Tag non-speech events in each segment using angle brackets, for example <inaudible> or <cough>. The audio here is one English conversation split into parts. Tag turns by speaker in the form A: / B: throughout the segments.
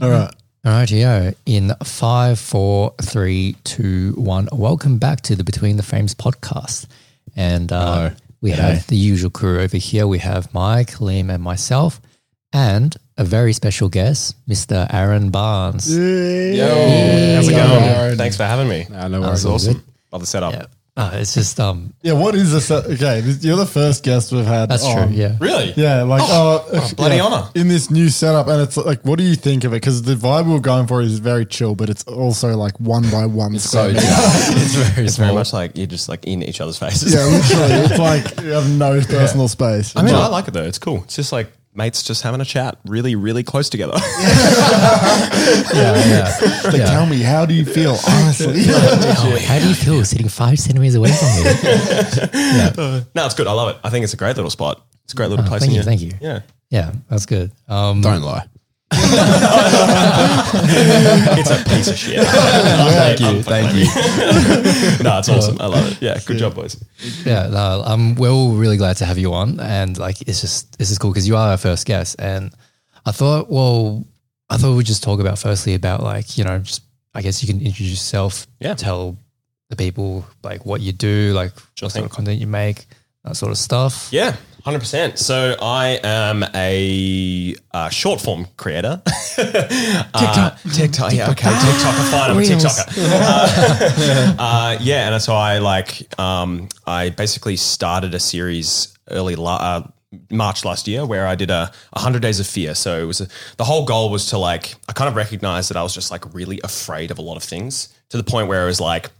A: All right.
B: Rightio in five, four, three, two, one. Welcome back to the Between the Frames podcast. And uh,
A: Hello.
B: we have the usual crew over here. We have Mike, Liam, and myself, and a very special guest, Mr. Aaron Barnes.
C: Yo, how's it
B: Yeah.
C: going?
A: Aaron.
C: Thanks for having me.
A: Nah, no
B: That's
A: worries.
B: all
A: Awesome.
B: good.
C: Love the setup.
B: Yeah. Uh, it's just, um,
A: Yeah, what is this? Okay, this, you're the first guest we've had.
B: that's
A: on.
B: true. Yeah.
C: Really?
A: Yeah, like oh,
C: bloody
A: yeah,
C: honor.
A: in this new setup, and it's like, what do you think of it? Because the vibe we we're going for is very chill, but it's also like one by one. square meter.
C: it's very, it's very much like you're just like in each other's faces. <laughs>
A: yeah, literally, it's like you have no personal space.
C: I mean, I like it though. It's cool. It's just like mates just having a chat, really, really close together. <laughs>
B: yeah, yeah.
A: Like, tell me, how do you feel? Honestly,
B: Oh, how do you feel sitting five centimeters away from me?
C: no, it's good. I love it. I think it's a great little spot. It's a great little place.
B: Oh, thank
C: in
B: you,
C: here.
B: thank you.
C: Yeah,
B: Yeah, that's good. Um,
D: Don't lie.
C: it's a piece of <laughs> shit. thank you,
D: Thank you.
C: <laughs> no, it's awesome. I love it. Yeah, good job, boys.
B: Yeah, no, um, we're all really glad to have you on, and like, it's just this is cool because you are our first guest, and I thought, well, I thought we'd just talk about firstly about like you know, just I guess you can introduce yourself,
C: Yeah.
B: tell the people like what you do, like what
C: thing.
B: sort of content you make, that sort of stuff.
C: Yeah, hundred percent. So I am a uh, short form creator. <laughs> TikTok, TikTok, Ah, yeah, okay, TikTok. I find I'm a
B: Reels.
C: TikToker. Uh, <laughs> uh, yeah, and so I like um, I basically started a series early la- uh, March last year where I did a 100 days of fear. So it was a, the whole goal was to like I kind of recognized that I was just like really afraid of a lot of things to the point where it was like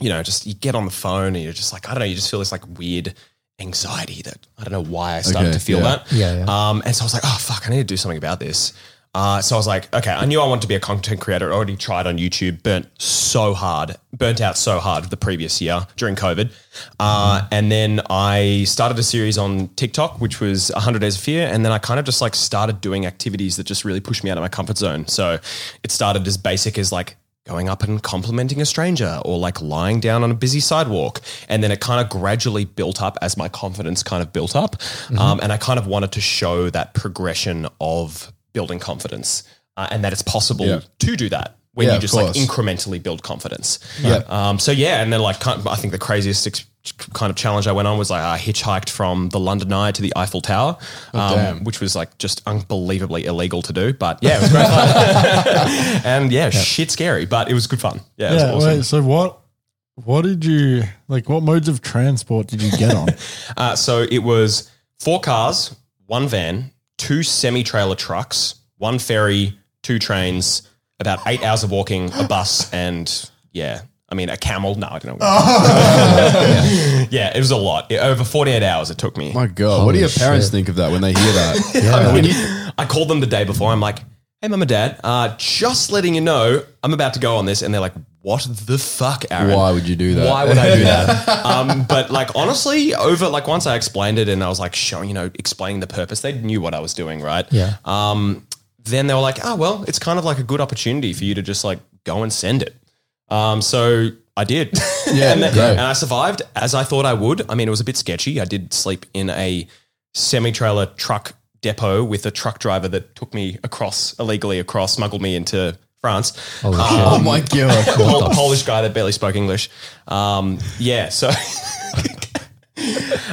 C: you know, just you get on the phone and you're just like, I don't know, you just feel this like weird anxiety that I don't know why I started
D: Okay,
C: to feel
D: yeah.
C: that.
B: Yeah, yeah.
C: Um, and so I was like, oh fuck, I need to do something about this. Uh, so I was like, okay, I knew I wanted to be a content creator. I already tried on YouTube, burnt so hard, burnt out so hard the previous year during COVID. Uh, and then I started a series on TikTok, which was 100 Days of Fear. And then I kind of just like started doing activities that just really pushed me out of my comfort zone. So it started as basic as like going up and complimenting a stranger or like lying down on a busy sidewalk. And then it kind of gradually built up as my confidence kind of built up.
D: Mm-hmm.
C: Um, and I kind of wanted to show that progression of building confidence uh, and that it's possible
D: Yeah.
C: to do that when
D: Yeah,
C: you
D: of
C: just like
D: course.
C: incrementally build confidence.
D: Yeah.
C: Um, so yeah, and then like kind of- I think the craziest ex- kind of challenge I went on was like I hitchhiked from the London Eye to the Eiffel Tower, um,
D: Oh, damn.
C: which was like just unbelievably illegal to do. But yeah, it was
D: <laughs>
C: great fun. and yeah, shit scary, but it was good fun. Yeah, it was
A: <laughs> yeah.
C: awesome.
A: Wait, so what? What did you like? What modes of transport did you get on?
C: Uh, so it was four cars, one van, two semi trailer trucks, one ferry, two trains, about eight hours of walking, a bus, and yeah, I mean, a camel. No, I don't know. <laughs> yeah. it was a lot. It- over 48 hours it took me.
D: My God, what do your
B: Holy
D: parents
B: shit.
D: think of that when they
B: <laughs>
D: hear that?
B: Yeah.
D: When you-
C: I called them the day before. I'm like, hey, mum and dad, uh, just letting you know, I'm about to go on this. And they're like, what the fuck, Aaron?
D: why would you do that?
C: Why would I do that? um, but like honestly, over like once I explained it and I was like showing, you know, explaining the purpose, they knew what I was doing, right?
B: Yeah.
C: Um, then they were like, oh well, it's kind of like a good opportunity for you to just like go and send it. Um, so I
D: <laughs>
C: did.
D: <laughs>
C: <laughs>
D: Yeah,
C: and, then-
D: great.
C: and I survived as I thought I would. I mean, it was a bit sketchy. I did sleep in a semi-trailer truck depot with a truck driver that took me across illegally across, smuggled me into France.
B: Holy
C: Um,
B: shit.
C: <laughs>
D: Oh my God.
C: Pol- Polish guy that barely spoke English. Um, yeah, so. <laughs>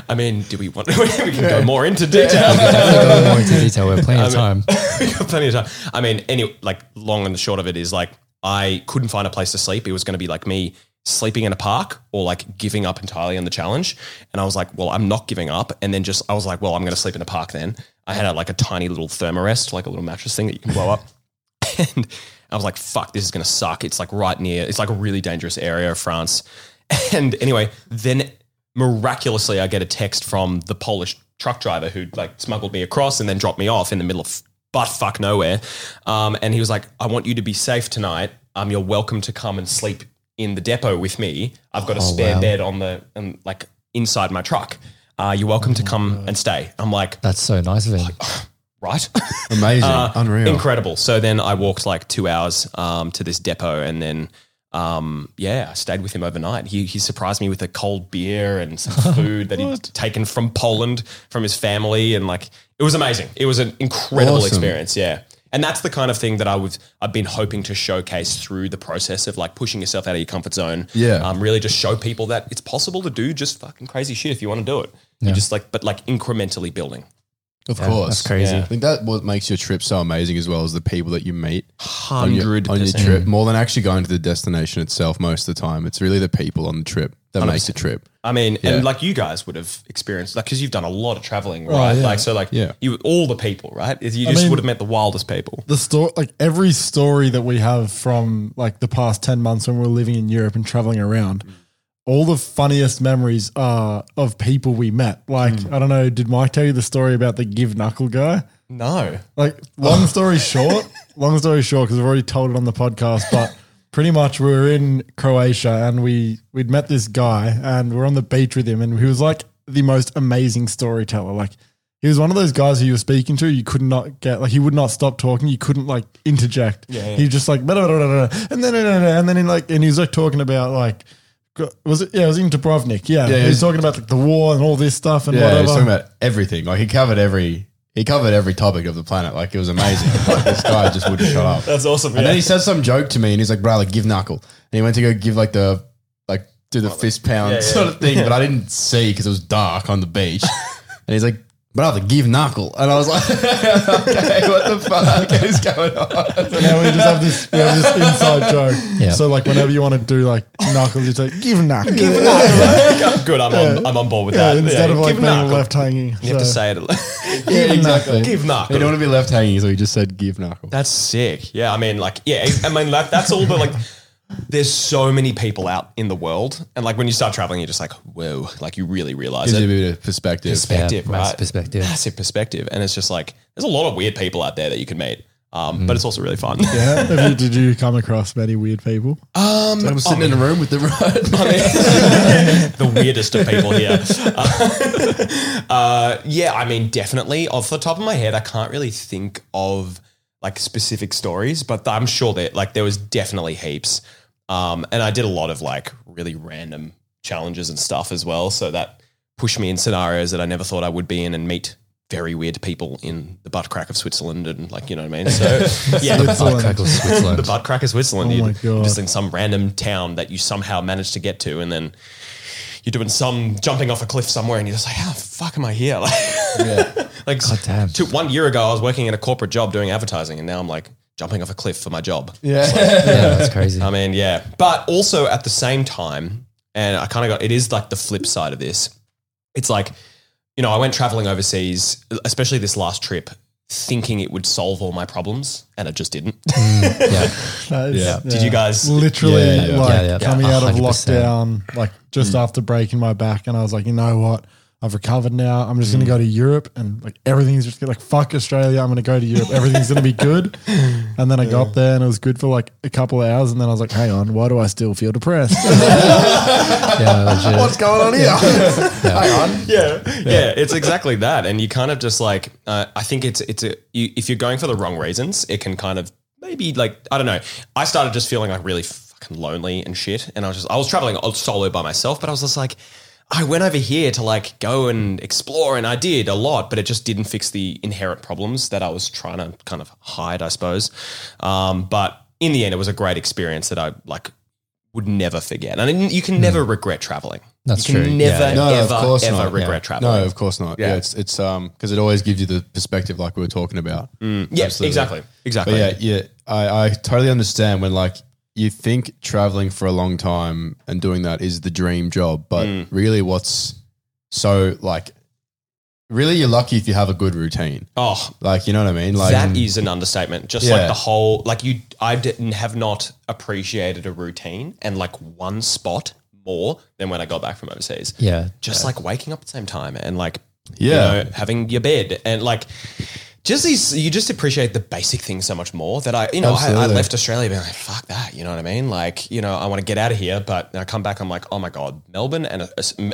C: I mean, do we want? <laughs> we can go more into detail.
B: Go more into detail. We have plenty of time.
C: <laughs> we got plenty of time. I mean, any like long and the short of it is like I couldn't find a place to sleep. It was going to be like me sleeping in a park or like giving up entirely on the challenge. And I was like, well, I'm not giving up. And then just I was like, well, I'm going to sleep in a park then. I had a, like a tiny little thermarest, like a little mattress thing that you can blow up. and I was like, fuck, this is going to suck. It's like right near, it's like a really dangerous area of France. <laughs> And anyway, then miraculously, I get a text from the Polish truck driver who like smuggled me across and then dropped me off in the middle of butt fuck nowhere. Um, and he was like, I want you to be safe tonight. Um, you're welcome to come and sleep in the depot with me. I've got a spare
B: wow.
C: bed on the, and like inside my truck. Uh, you're welcome to come and stay. I'm like,
B: That's so nice
C: <laughs>
B: of him.
C: right?
D: Amazing. Unreal.
C: Incredible. So then I walked like two hours um, to this depot and then, um, yeah, I stayed with him overnight. He, he surprised me with a cold beer and
D: <laughs>
C: some food that he'd taken from Poland from his family. And like, it was amazing. It was an incredible
D: Awesome.
C: experience. Yeah. And that's the kind of thing that I would I've been hoping to showcase through the process of like pushing yourself out of your comfort zone.
D: Yeah.
C: Um, really just show people that it's possible to do just fucking crazy shit if you want to do it. You just like but like incrementally building.
D: Of course.
B: that's crazy.
D: I think that what makes your trip so amazing as well is the people that you meet on your,
C: Hundred
D: on your
C: percent.
D: trip, more than actually going to the destination itself most of the time. It's really the people on the trip that makes the trip.
C: I mean,
D: Yeah.
C: and like you guys would have experienced, like, because you've done a lot of traveling, right?
A: Oh, yeah.
C: Like, so, like,
D: Yeah.
C: you all the people, right? You just
A: mean-
C: would have met the wildest people.
A: the story, like every story that we have from like the past 10 months when we we're living in Europe and traveling around, all the funniest memories are of people we met. Like, I don't know, did Mike tell you the story about the give knuckle guy?
C: No,
A: Like,
D: Oh.
A: long story short, long story short, because I've already told it on the podcast, but pretty much we were in Croatia and we we'd met this guy and we we're on the beach with him and he was like the most amazing storyteller. Like, he was one of those guys who you were speaking to, you could not get like he would not stop talking, you couldn't like interject. Yeah, He just like blah, blah, blah, blah, blah, and then and then and then he like and he was like talking about like. Was it? Yeah, it was in Dubrovnik. Yeah,
D: Yeah,
A: he was
D: yeah.
A: talking about like the war and all this stuff and
D: Yeah,
A: whatever.
D: he's talking about everything. Like he covered every he covered every topic of the planet. Like it was amazing. <laughs> like, this guy just wouldn't shut up.
C: that's awesome. <laughs>
D: And then he says some joke to me, and he's like, "Bro, like give knuckle." And he went to go give like the like do the fist pound
C: yeah,
D: sort of thing, but I
C: <laughs>
D: didn't see because it was dark on the beach. and he's like, "Brother, give knuckle," and I was like, <laughs> "Okay, what the fuck is going on?"
A: now we just have this, we have this inside joke.
B: Yeah.
A: So like whenever you want to do like knuckles, you take give knuckle.
C: Good, I'm, on, I'm on board with
A: Yeah,
C: that.
A: instead
C: Yeah,
A: of like
C: give
A: being
C: knock.
A: left hanging.
C: you have to say it.
A: <laughs>
D: yeah, exactly.
C: Give knuckle.
D: He don't want to be left hanging, so he just said, "Give knuckle."
C: That's sick. Yeah, I mean, like, yeah, I mean, like, that's all the like. There's so many people out in the world, and like when you start traveling, you're just like, whoa, like you really realize
D: Gives
C: it.
D: you a bit of perspective.
C: perspective,
B: massive
C: right?
B: perspective.
C: massive perspective, and it's just like there's a lot of weird people out there that you can meet. Um,
A: Mm.
C: but it's also really fun. <laughs>
A: Yeah. Have you, did you come across many weird people?
D: I'm sitting in a room with
C: <laughs>
D: the right.
C: the weirdest of people here. Uh, uh, yeah, I mean, definitely. Off the top of my head, I can't really think of like specific stories, but I'm sure that like there was definitely heaps. Um, and I did a lot of like really random challenges and stuff as well. So that pushed me in scenarios that I never thought I would be in and meet very weird people in the butt crack of Switzerland and like, you know what I mean? So yeah,
B: Butt crack of
A: <laughs>
B: Switzerland.
C: the butt crack is Switzerland.
A: Oh
C: You're
A: my God.
C: Just in some random town that you somehow managed to get to, and then you're doing some jumping off a cliff somewhere, and you're just like, "How the fuck am I here?" <laughs> Like, like
B: damn.
C: Two, one year ago, I was working at a corporate job doing advertising, and now I'm like jumping off a cliff for my job.
B: yeah, that's crazy.
C: I mean, yeah, but also at the same time, and I kind of got it is like the flip side of this. It's like, you know, I went traveling overseas, especially this last trip, thinking it would solve all my problems, and it just didn't.
B: yeah,
A: yeah.
C: Did you guys?
A: literally
D: Yeah, yeah.
A: like
B: Yeah, yeah.
A: coming out of
B: 100%.
A: lockdown, like just after breaking my back, and I was like, you know what? I've recovered now. I'm just gonna go to Europe and like everything's just like fuck Australia. I'm gonna go to Europe. Everything's gonna be good. And then I got there and it was good for like a couple of hours. And then I was like, hang on, why do I still feel depressed?
B: yeah, legit.
C: <laughs>
D: <laughs> What's going on here? <laughs> Hang on.
C: yeah, <laughs> yeah, it's exactly that. And you kind of just like, uh, I think it's it's a you, if you're going for the wrong reasons, it can kind of maybe like I don't know. I started just feeling like really fucking lonely and shit, and I was just I was traveling solo by myself, but I was just like. I went over here to like go and explore, and I did a lot, but it just didn't fix the inherent problems that I was trying to kind of hide, I suppose. Um, but in the end, it was a great experience that I like would never forget, and you can never regret traveling.
B: Hmm. That's
C: you can
B: true. Yeah,
C: Never,
B: yeah.
D: No, of
C: ever,
D: course
C: ever
D: not.
C: regret
B: Yeah.
C: traveling.
D: No, of course not. Yeah,
C: Yeah.
D: it's it's um because it always gives you the perspective like we were talking about.
C: Yeah,
D: Absolutely.
C: exactly. Exactly.
D: But yeah, yeah, I, I totally understand when like you think traveling for a long time and doing that is the dream job, but
C: Mm.
D: really what's so like really you're lucky if you have a good routine.
C: Oh,
D: Like you know what I mean? Like
C: that is an understatement. Just
D: Yeah.
C: like the whole, like you, I didn't have not appreciated a routine and like one spot more than when I got back from overseas.
B: yeah,
C: Just like waking up at the same time and like,
D: Yeah.
C: you know, having your bed and like, just these, you just appreciate the basic things so much more that I, you know, I, I
D: Absolutely.
C: left Australia being like, fuck that. You know what I mean? Like, you know, I want to get out of here, but then I come back, I'm like, oh my God, Melbourne and uh,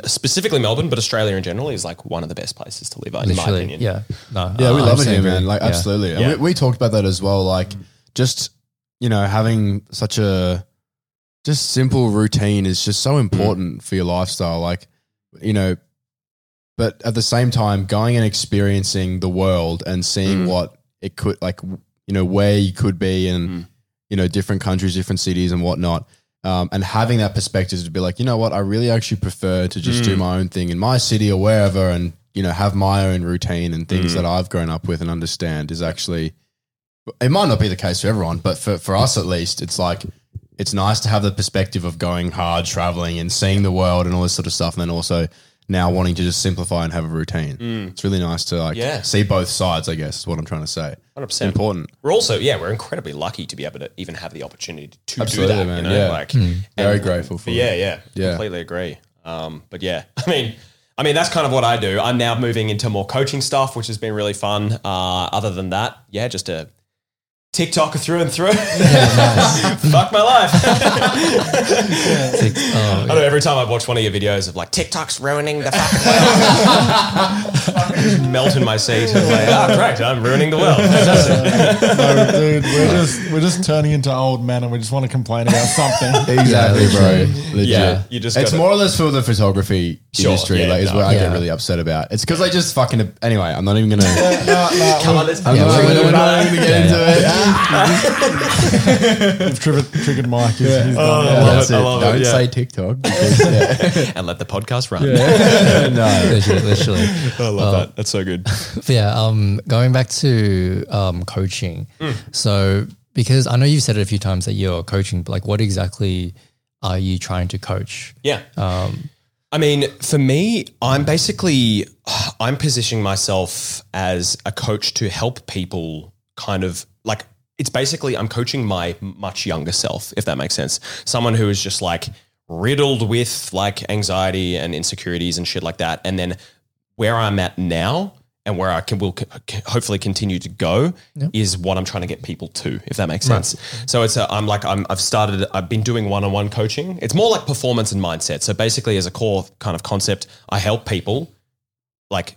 C: specifically Melbourne, but Australia in general is like one of the best places to live, in my
B: literally.
C: opinion.
B: Yeah, no,
D: Yeah, we
B: I-
D: love it
B: I'm
D: here,
B: saying
D: Uh, man.
B: agree.
D: Like
B: Yeah.
D: absolutely. And
C: Yeah.
D: we, we talked about that as well. Like just you know having such a just simple routine is just so important for your lifestyle. Like you know, Mm. but at the same time, going and experiencing the world and seeing what it could like. w- you know, where you could be and, you know, different countries, different cities and whatnot. Um, and having that perspective to be like, you know what, I really actually prefer to just do my own thing in my city or wherever and, you know, have my own routine and things that I've grown up with and understand is actually, it might not be the case for everyone, but for, for us at least, it's like, it's nice to have the perspective of going hard, traveling and seeing the world and all this sort of stuff. And then also now wanting to just simplify and have a routine. It's really nice to like
C: Yeah.
D: see both sides, I guess, is what I'm trying to say.
C: 100%.
D: Important.
C: We're also, yeah, we're incredibly lucky to be able to even have the opportunity to
D: Absolutely,
C: do that.
D: man.
C: You know,
D: Yeah. Mm.
C: like,
D: Very
C: and-
D: grateful for
C: But yeah, yeah,
D: Yeah.
C: completely agree. Um, but yeah, <laughs> I mean, I mean that's kind of what I do. I'm now moving into more coaching stuff, which has been really fun. Uh, other than that, yeah, just a TikToker through and through. <laughs> Fuck my life.
B: Tick-
D: <laughs>
B: oh,
C: I know every time I watch one of your videos of like TikTok's ruining the fucking world, melt in my seat. I'm like, oh, great, I'm ruining the world.
A: No, dude, we're just we're just turning into old men, and we just want to complain about
D: <laughs>
A: something.
D: Exactly, bro. Legit.
C: Yeah, you just
D: it's
C: gotta-
D: more or less for the photography
C: Sure,
D: industry.
C: yeah,
D: like, is
C: no.
D: what I get
B: Yeah.
D: really upset about. It's because I just fucking. Anyway, I'm not even gonna.
C: Come on, let's
D: I'm
B: Yeah,
D: not
B: we're-
D: even gonna-
B: we're
D: we're not
B: not-
D: even gonna
B: yeah,
D: get into it.
A: You've triggered, triggered Mike. He's, he's done
C: I
A: that.
C: love
D: That's
C: it, I love it,
D: Don't
C: yeah.
D: say TikTok.
B: <laughs>
D: Because, yeah.
C: and let the podcast run.
D: no.
B: literally, literally.
C: <laughs> I love that. That's so good.
B: But yeah, um, going back to um, coaching.
C: Mm.
B: So, because I know you've said it a few times that you're coaching, but like, what exactly are you trying to coach?
C: Yeah. I mean, for me, I'm basically I'm positioning myself as a coach to help people kind of like it's basically I'm coaching my much younger self, if that makes sense. Someone who is just like riddled with like anxiety and insecurities and shit like that. And then where I'm at now and where I can will c- c- hopefully continue to go is what I'm trying to get people to, if that makes sense. So it's a, I'm like I'm I've started I've been doing one-on-one coaching. It's more like performance and mindset. So basically, as a core kind of concept, I help people like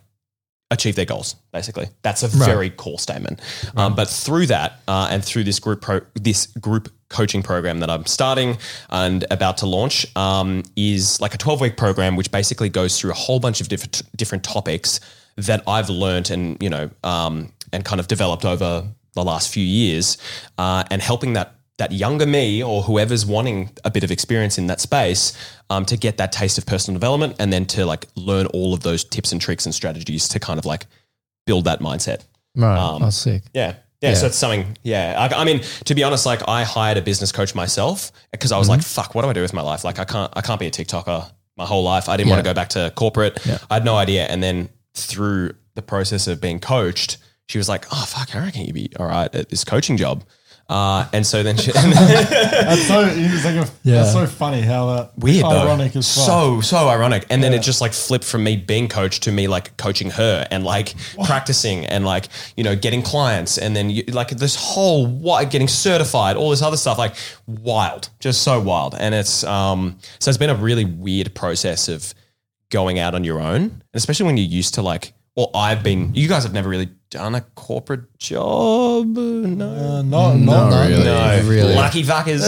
C: achieve their goals. Basically, that's a very core statement. Um, but through that, uh, and through this group pro- this group coaching program that I'm starting and about to launch, um, is like a 12 week program which basically goes through a whole bunch of different different topics that I've learnt and you know um, and kind of developed over the last few years, uh, and helping that. That younger me, or whoever's wanting a bit of experience in that space, um, to get that taste of personal development, and then to like learn all of those tips and tricks and strategies to kind of like build that mindset.
B: Right.
C: Um,
B: oh, sick.
C: Yeah. Yeah, so it's something. Yeah, I, I mean, to be honest, like I hired a business coach myself because I was like, "Fuck, what do I do with my life? Like, I can't, I can't be a TikToker my whole life. I didn't want to go back to corporate. I had no idea." And then through the process of being coached, she was like, "Oh fuck, I reckon you'd be all right at this coaching job." Uh, and so then, she, <laughs>
A: That's so it's like a,
B: Yeah.
A: that's so funny how that
C: weird though.
A: ironic as fuck.
C: so so ironic and then it just like flipped from me being coached to me like coaching her and like practicing and like you know getting clients and then you, like this whole what getting certified all this other stuff like wild just so wild and it's um so it's been a really weird process of going out on your own and especially when you're used to like well I've been you guys have never really done a corporate job no
A: Uh, not, not,
D: Not Oh, really.
C: no,
B: Oh, Really?
C: lucky fuckers.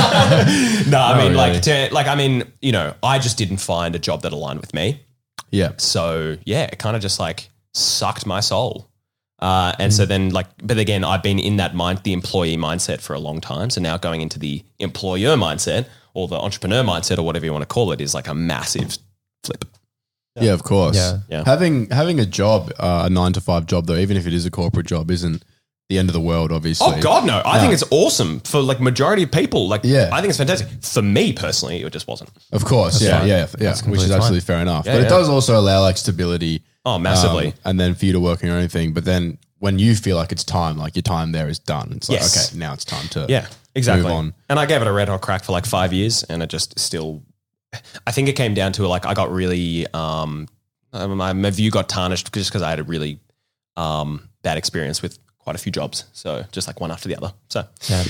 C: no, I mean, like, to, like, I mean, you know, I just didn't find a job that aligned with me.
D: Yeah.
C: So yeah, it kind of just like sucked my soul. Uh, and so then, like, but again, I've been in that mind, the employee mindset for a long time. So now going into the employer mindset or the entrepreneur mindset or whatever you want to call it is like a massive flip.
D: Yeah, of course.
B: Yeah.
C: Yeah.
D: Having having a job, uh, a nine to five job though, even if it is a corporate job, isn't the end of the world. Obviously.
C: Oh God, no! I think it's awesome for like majority of people. Like,
D: Yeah.
C: I think it's fantastic. For me personally, it just wasn't.
D: Of course. Yeah,
B: fine.
D: yeah. Yeah. Which
B: completely
D: is
B: fine.
D: absolutely fair enough. but
C: yeah.
D: it does also allow like stability.
C: Oh, massively.
D: Um, and then for you to work on your own thing. But then when you feel like it's time, like your time there is done. It's like,
C: Yes.
D: okay, now it's time to
C: Yeah, exactly.
D: on.
C: And I gave it a red hot crack for like five years, and it just still. I think it came down to like I got really um, uh, my, my view got tarnished just because I had a really um bad experience with quite a few jobs. So just like one after the other. So
B: Yeah.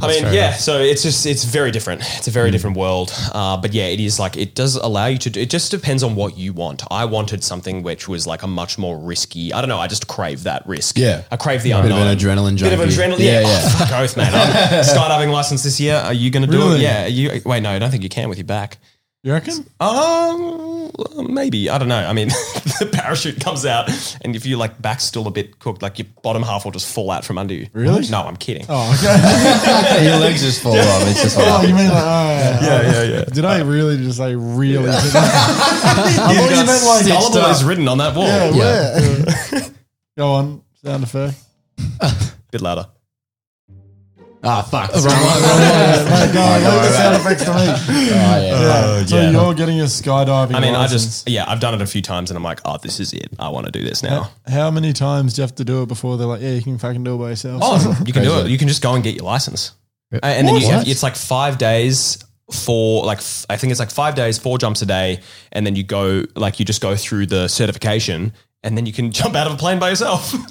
C: I mean, yeah. So it's just it's very different. It's a very
D: Hmm.
C: different world. Uh, but yeah, it is like it does allow you to. do- It just depends on what you want. I wanted something which was like a much more risky. I don't know. I just crave that risk.
D: Yeah.
C: I crave the
D: Bit of
C: unknown.
D: an adrenaline
C: Bit of
D: junkie.
C: adrenaline. Yeah,
D: Yeah,
C: yeah.
D: yeah.
C: <laughs> Oh, fuck oath, man. I'm skydiving license this year. Are you going to do
A: Really?
C: it? Yeah. You wait. No, I don't think you can with your back.
A: You reckon?
C: Um, maybe I don't know. I mean, <laughs> the parachute comes out, and if you like back's still a bit cooked, like your bottom half will just fall out from under you.
A: Really?
C: No, I'm kidding.
A: Oh, okay.
D: Your legs just fall off. It's just
A: oh, <laughs>
D: like,
A: you mean like, oh, yeah.
C: yeah, yeah.
A: Did I really just say really? <laughs> I thought
C: He's
A: you
C: got
A: meant like
C: syllable is written on that wall.
A: Yeah,
B: Yeah.
A: where? Go on, sound effect.
C: Bit louder.
D: ah, fuck.
A: Like, no,
D: I know,
A: leave the
D: right?
A: sound effects to me.
D: <laughs> Oh, yeah.
A: Yeah. So
C: yeah.
A: you're getting a skydiving.
C: I mean, I
A: license.
C: just yeah, I've done it a few times, and I'm like, oh, this is it. I want to do this now.
A: How many times do you have to do it before they're like, yeah, you can fucking do it by yourself?
C: Oh, you can do it.
D: Crazy.
C: You can just go and get your license, and and then you
B: What?
C: have, it's like five days for like f- I think it's like five days, four jumps a day, and then you go like you just go through the certification, and then you can <laughs> jump out of a plane by yourself. <laughs>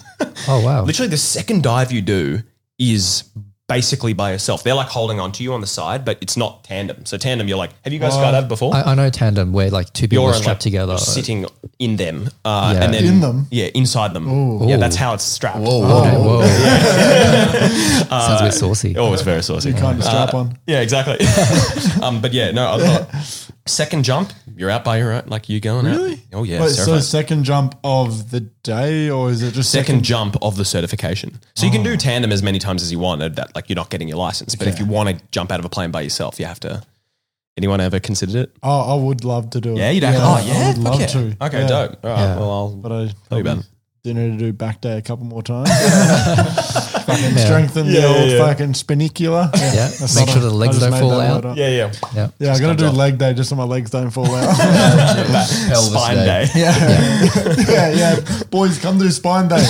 B: Oh wow.
C: Literally, the second dive you do is basically by yourself. They're like holding onto you on the side, but it's not tandem. So tandem, you're like, have you guys
A: Wow.
C: skydived before?
B: I, I know tandem where like two people
C: you're
B: are
C: in,
B: strapped
C: like,
B: together.
C: sitting in them, uh,
B: Yeah.
C: and then
A: In them?
C: yeah, inside them. Yeah, that's how it's strapped.
D: Whoa,
B: <laughs>
D: whoa.
B: Whoa, whoa. <laughs> Sounds a bit saucy.
C: Oh, it's very saucy.
A: You kind of strap on.
C: Yeah, Uh, exactly. <laughs> um, but yeah, no. I thought, second jump, you're out by your own. Like you going out.
A: Really?
C: Oh yeah.
A: Wait, so
C: terrifying.
A: second jump of the day, or is it just
C: second,
A: second?
C: jump of the certification. So you can do tandem as many times as you want. uh, That like you're not getting your license, but if you want to jump out of a plane by yourself, you have to. Anyone ever considered it?
A: Oh, I would love to do it.
C: Yeah, you'd have to. Oh yeah,
A: I would
C: fuck
A: love
C: yeah.
A: to.
C: Okay,
A: Yeah.
C: dope. All right,
B: Yeah.
C: well I'll
A: But I
C: tell you about
A: probably
C: it.
A: do need to do back day a couple more
C: <laughs>
A: times. fucking strengthen
C: Yeah,
A: the
C: yeah,
A: old
C: yeah.
A: fucking spinacula. Yeah,
B: Make sure the legs don't fall out.
A: Yeah,
C: <laughs> yeah.
B: Yeah.
A: yeah I gotta do
C: comes off.
A: leg day just so my legs don't fall
C: <laughs>
A: out.
D: Pelvis
C: Spine day.
A: yeah. yeah, yeah. Boys, come do spine day.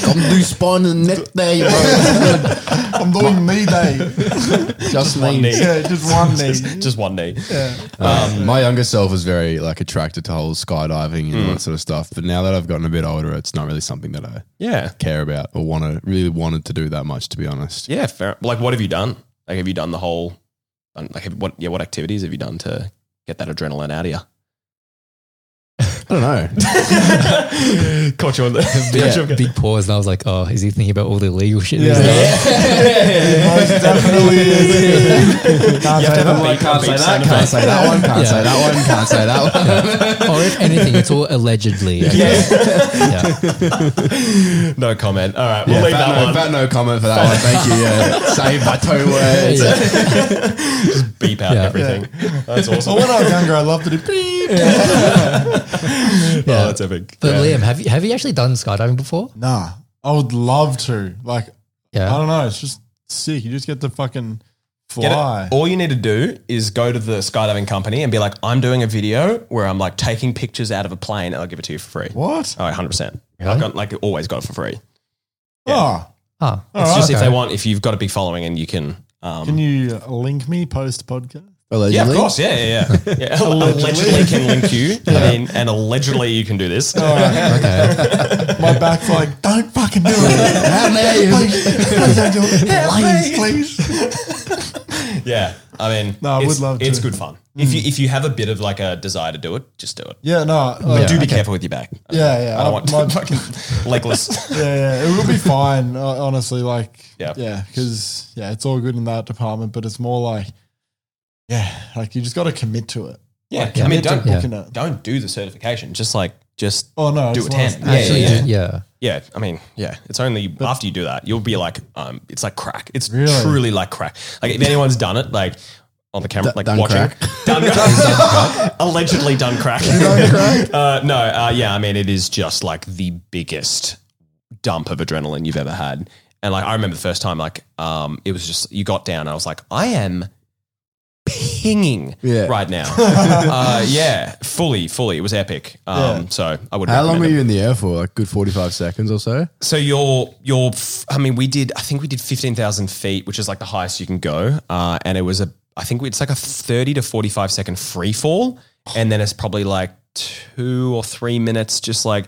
D: Come do spine and neck day, bro.
A: I'm doing knee day.
C: <laughs>
D: Just
C: One knee.
D: me.
A: Yeah, just one knee.
C: <laughs> Just, just one knee.
D: Um, my younger self was very like attracted to whole skydiving and all that sort of stuff. But now that I've gotten a bit older, it's not really something that I
C: Yeah.
D: care about or want to really wanted to do that much. To be honest,
C: Yeah, fair. Like, what have you done? Like, have you done the whole, um, like, have- what, yeah, what activities have you done to get that adrenaline out of
D: I don't know.
C: you? <laughs> Caught you on the,
B: Big, big pause, and I was like, "Oh, is he thinking about all the illegal shit?"
A: Yeah.
B: <laughs> Yeah.
A: Most <laughs> definitely. is. Can't
C: You have
A: say
C: to have a
A: that.
C: beat- a beat sound effect.
D: say that one. Can't
B: Yeah. say
D: that one. Can't say that one.
B: or if anything, it's all allegedly. Yeah.
C: <laughs>
B: yeah.
C: <laughs> No comment. All right, we'll leave
D: fat, no,
C: that one.
D: fat no comment for that one. Thank you.
C: <laughs>
D: Yeah. Saved by two words.
B: Yeah.
C: Beep out
B: Yeah.
C: everything. <laughs>
A: <laughs>
C: That's
A: But
C: awesome.
A: when I was younger, I loved to do beep.
C: Oh, that's epic.
B: But Liam, have you have you actually done skydiving before?
A: Nah, I would love to. Like,
B: Yeah.
C: Uh,
A: I don't know. It's just sick. You just get to fucking
C: Get it?
A: fly.
C: All you need to do is go to the skydiving company and be like, I'm doing a video where I'm like taking pictures out of a plane and I'll give it to you for free.
A: What?
C: Oh, 100%.
B: Really?
C: I've got, like, always got it for free.
A: Oh,
B: Ah,
A: All
C: It's just if
B: okay.
C: they want, if you've got a big following and you can. Um,
A: can you link me post podcast?
C: yeah, of
D: Allegedly.
C: course. Yeah, yeah, <laughs> yeah. yeah. allegedly can link <laughs> you. I mean, and allegedly you can do this.
A: My back's
C: <laughs>
A: like, don't fucking do it.
D: How dare you?
A: Please, please don't do it. please, please.
C: Yeah, I mean,
A: No, I would
C: it's-
A: love to.
C: It's good fun. If you if you have a bit of like a desire to do it, just do it.
A: Yeah, no. uh,
C: But do be careful with your back.
A: Yeah, yeah.
C: I
A: I-
C: don't want
A: my- <laughs>
C: <laughs> fucking <laughs> legless.
A: yeah, yeah, it will be fine. uh, Honestly, like,
C: Yeah.
A: yeah, because yeah, it's all good in that department, but it's more like, yeah, like you just got to commit to it.
C: Yeah,
A: Commit
C: I mean,
A: to
C: don't
A: booking it.
C: don't do the certification. Just like just
A: Oh no,
C: do
A: it's
C: it
A: nice.
C: tandem. Yeah,
B: actually,
C: yeah,
B: yeah.
C: yeah.
B: yeah.
C: Yeah, I mean, yeah. It's only after you do that, you'll be like, um, it's like crack. It's
A: Really?
C: truly like crack. Like if anyone's done it, like on the camera, like
D: done
C: watching,
D: crack.
C: done
D: <laughs>
C: crack, allegedly done crack. <laughs> uh, no, uh, yeah. I mean, it is just like the biggest dump of adrenaline you've ever had. And like, I remember the first time, like, um, it was just you got down. And I was like, I am pinging
D: Yeah.
C: right
D: <laughs>
C: now. uh, yeah, fully, fully. It was epic. Um,
A: Yeah.
C: so I would.
D: How long
C: recommend
D: were
C: it.
D: you in the air for? Like good forty-five seconds or so.
C: So your your f- I mean we did I think we did fifteen thousand feet, which is like the highest you can go, uh, and it was a I think it's like a thirty to forty five second free fall, and then it's probably like two or three minutes just like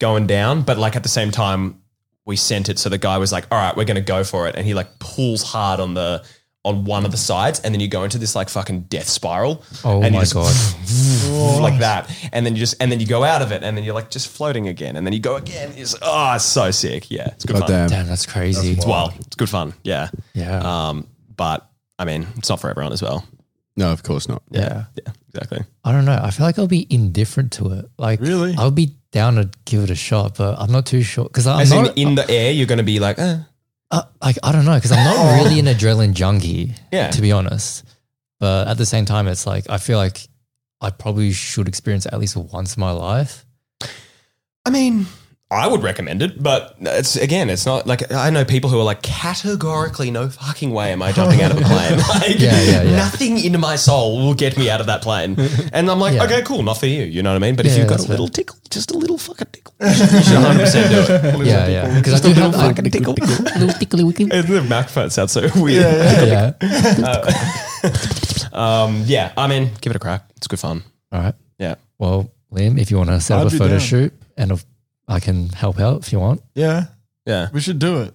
C: going down, but like at the same time we sent it, so the guy was like, "All right, we're gonna go for it," and he like pulls hard on the on one of the sides, and then you go into this like fucking death spiral.
B: Oh
C: and you
B: my
C: just
B: god.
C: like that, and then you just and then you go out of it, and then you're like just floating again, and then you go again. It's oh, it's so sick. Yeah, it's good
D: God
C: fun.
D: damn.
B: Damn, that's crazy.
C: It's wild. It's good fun. Yeah.
B: Yeah.
C: Um, but I mean, it's not for everyone as well.
D: No, of course not.
B: Yeah.
C: Yeah, exactly.
B: I don't know. I feel like I'll be indifferent to it. Like
A: Really?
B: I'll be down to give it a shot, but I'm not too sure because I'm
C: As
B: not.
C: in, in the air, you're going to be like, eh.
B: uh, like I don't know because I'm not really an adrenaline junkie.
C: Oh. yeah,
B: to be honest. But at the same time, it's like I feel like I probably should experience it at least once in my
C: <laughs>
B: life.
C: I mean, I would recommend it, but it's again, it's not like I know people who are like categorically, no fucking way am I
B: <laughs>
C: jumping out of a plane. Like,
B: Yeah, yeah, yeah.
C: nothing in my soul will get me out of that plane. And I'm like,
B: Yeah.
C: okay, cool, not for you. You know what I mean? But if
B: Yeah,
C: you've got
B: that's
C: a little tickle, just a little fucking tickle, you should
B: <laughs>
C: 100% do it.
B: yeah, yeah. Because I do have like a
C: tickle.
B: <laughs> little tickly wickly.
C: And the Mac phone sounds so weird.
B: Yeah.
C: Um, yeah, I mean, give it a crack. It's good fun.
B: All right.
C: Yeah.
B: Well, Liam, if you want to set
A: I'd
B: up a
A: be
B: photo
A: down.
B: shoot, and if I can help out if you want.
A: Yeah,
C: Yeah.
A: we should do it.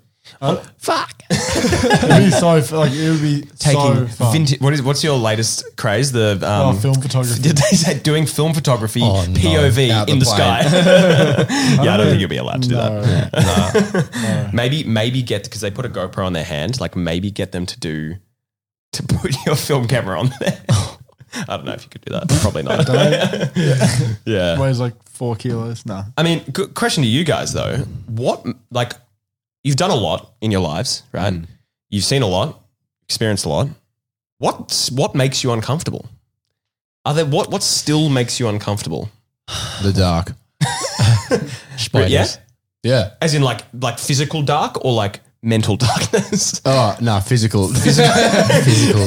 B: Fuck.
A: It'd be so f- like it would be so
C: Taking
A: fun.
C: vintage. What is? What's your latest craze? The
A: oh,
C: um,
A: film photography.
C: Did they say doing film photography
B: Oh, no.
C: POV
D: Out the
C: in the,
D: plane.
A: <laughs>
C: sky? yeah, I don't think you'll be allowed to do that. <laughs>
A: No.
C: Maybe, maybe get because they put a GoPro on their hand. Like maybe get them to do to put your film camera on there. <laughs> I don't know if you could do that. Probably not.
A: Don't.
C: <laughs> yeah.
A: Weighs like four kilos. Nah.
C: I mean, good question to you guys though. What like you've done a lot in your lives, right?
D: Mm.
C: You've seen a lot, experienced a lot. What's what makes you uncomfortable? Are there what what still makes you uncomfortable?
D: The dark.
B: Spiders.
C: Yeah?
D: Yeah.
C: As in like like physical dark or like mental <laughs>
D: <laughs>
C: darkness?
D: Oh no,
C: <laughs>
D: physical. physical.
B: Physical.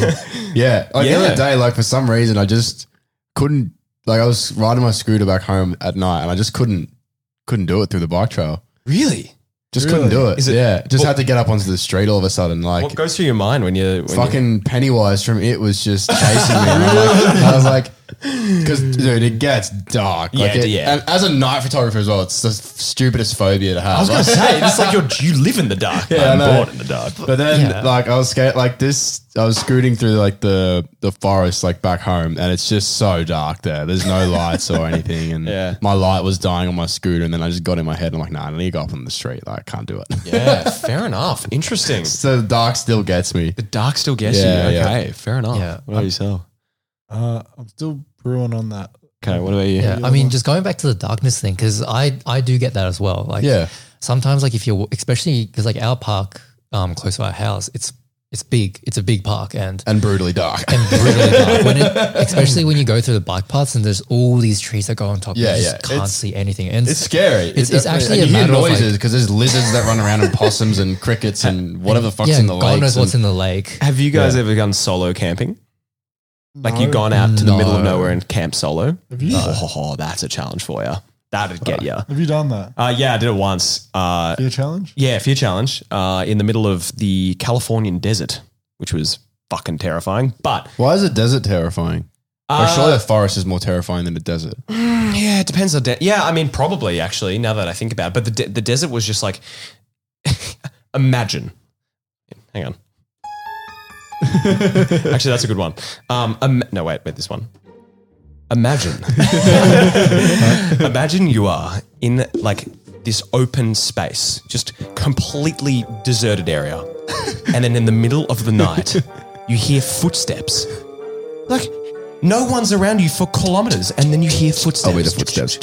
D: Yeah. Like the
C: Yeah.
D: other day, like for some reason, I just couldn't. Like I was riding my scooter back home at night, and I just couldn't couldn't do it through the bike trail.
C: really?
D: Just couldn't do it.
C: Is it-
D: Yeah. Just
C: what-
D: had to get up onto the street all of a sudden. Like
C: What goes through your mind when you're when you
D: fucking Pennywise from it was just chasing me. And
C: <laughs>
D: I'm like- I was like, because dude, it gets dark. Like
C: Yeah,
D: it-
C: yeah.
D: And as a night photographer as well, it's the stupidest phobia to have.
C: I was gonna say it's like you're you live in the dark. Yeah, I'm
D: I know.
C: bored in the
D: <laughs>
C: dark.
D: But then,
B: Yeah.
D: like, I was scared. Like this, I was scooting through like the the forest, like back home, and it's just so dark there. There's no lights or anything,
C: <laughs>
D: and
C: Yeah.
D: my light was dying on my scooter. And then I just got in my head. and I'm like, nah, I need to go up on the street. Like, I can't do it.
C: Yeah, fair enough. Interesting.
D: <laughs> so the dark still gets me.
C: The dark still gets
D: Yeah,
C: you.
D: yeah.
C: Okay, fair enough.
D: Oh.
B: Yeah.
C: What about yourself?
A: Uh, I'm still brewing on that.
C: Okay, what about you?
B: Yeah. I mean, just going back to the darkness thing, because I, I do get that as well. Like,
D: Yeah,
B: sometimes like if you're especially because like our park um close to our house it's it's big it's a big park and
D: and brutally dark.
B: and
D: <laughs>
B: brutally dark when it, especially when you go through the bike paths and there's all these trees that go on top
D: Yeah,
B: you
D: yeah.
B: just can't
D: It's-
B: see anything and
D: It's scary.
B: It's-
D: It
B: it's
D: definitely-
B: actually
D: and
B: a
D: you hear
B: matter of, like-
D: noises because there's lizards that run around and possums and crickets
B: <laughs>
D: and whatever the fuck's
B: yeah
D: in the lake.
B: god knows what's in the lake
C: Have you guys ever gone solo camping? Like
A: No.
C: you've gone out to the middle of
B: No.
C: nowhere and camp solo?
A: Have you?
C: Oh, that's a challenge for you. That'd get you.
A: Have you done that?
C: Uh, yeah, I did it once. Uh,
A: Be a challenge. <laughs>
C: yeah, fear challenge uh, in the middle of the Californian desert, which was fucking terrifying. But
D: Why is a desert terrifying?
C: uh,
D: Like, surely a forest is more terrifying than a <laughs> desert.
C: Yeah, it depends on. De- yeah, I mean, probably actually. Now that I think about it, but the de- the desert was just like, imagine. Hang
A: <laughs>
C: on. actually, that's a good one. Um, im- no, wait, wait, this one.
A: <laughs>
C: Imagine, imagine you are in like this open space, just completely deserted area, and then in the middle of the night, you hear footsteps, like. No one's around you for kilometers, and then you hear footsteps.
A: Oh,
D: wait, the footsteps.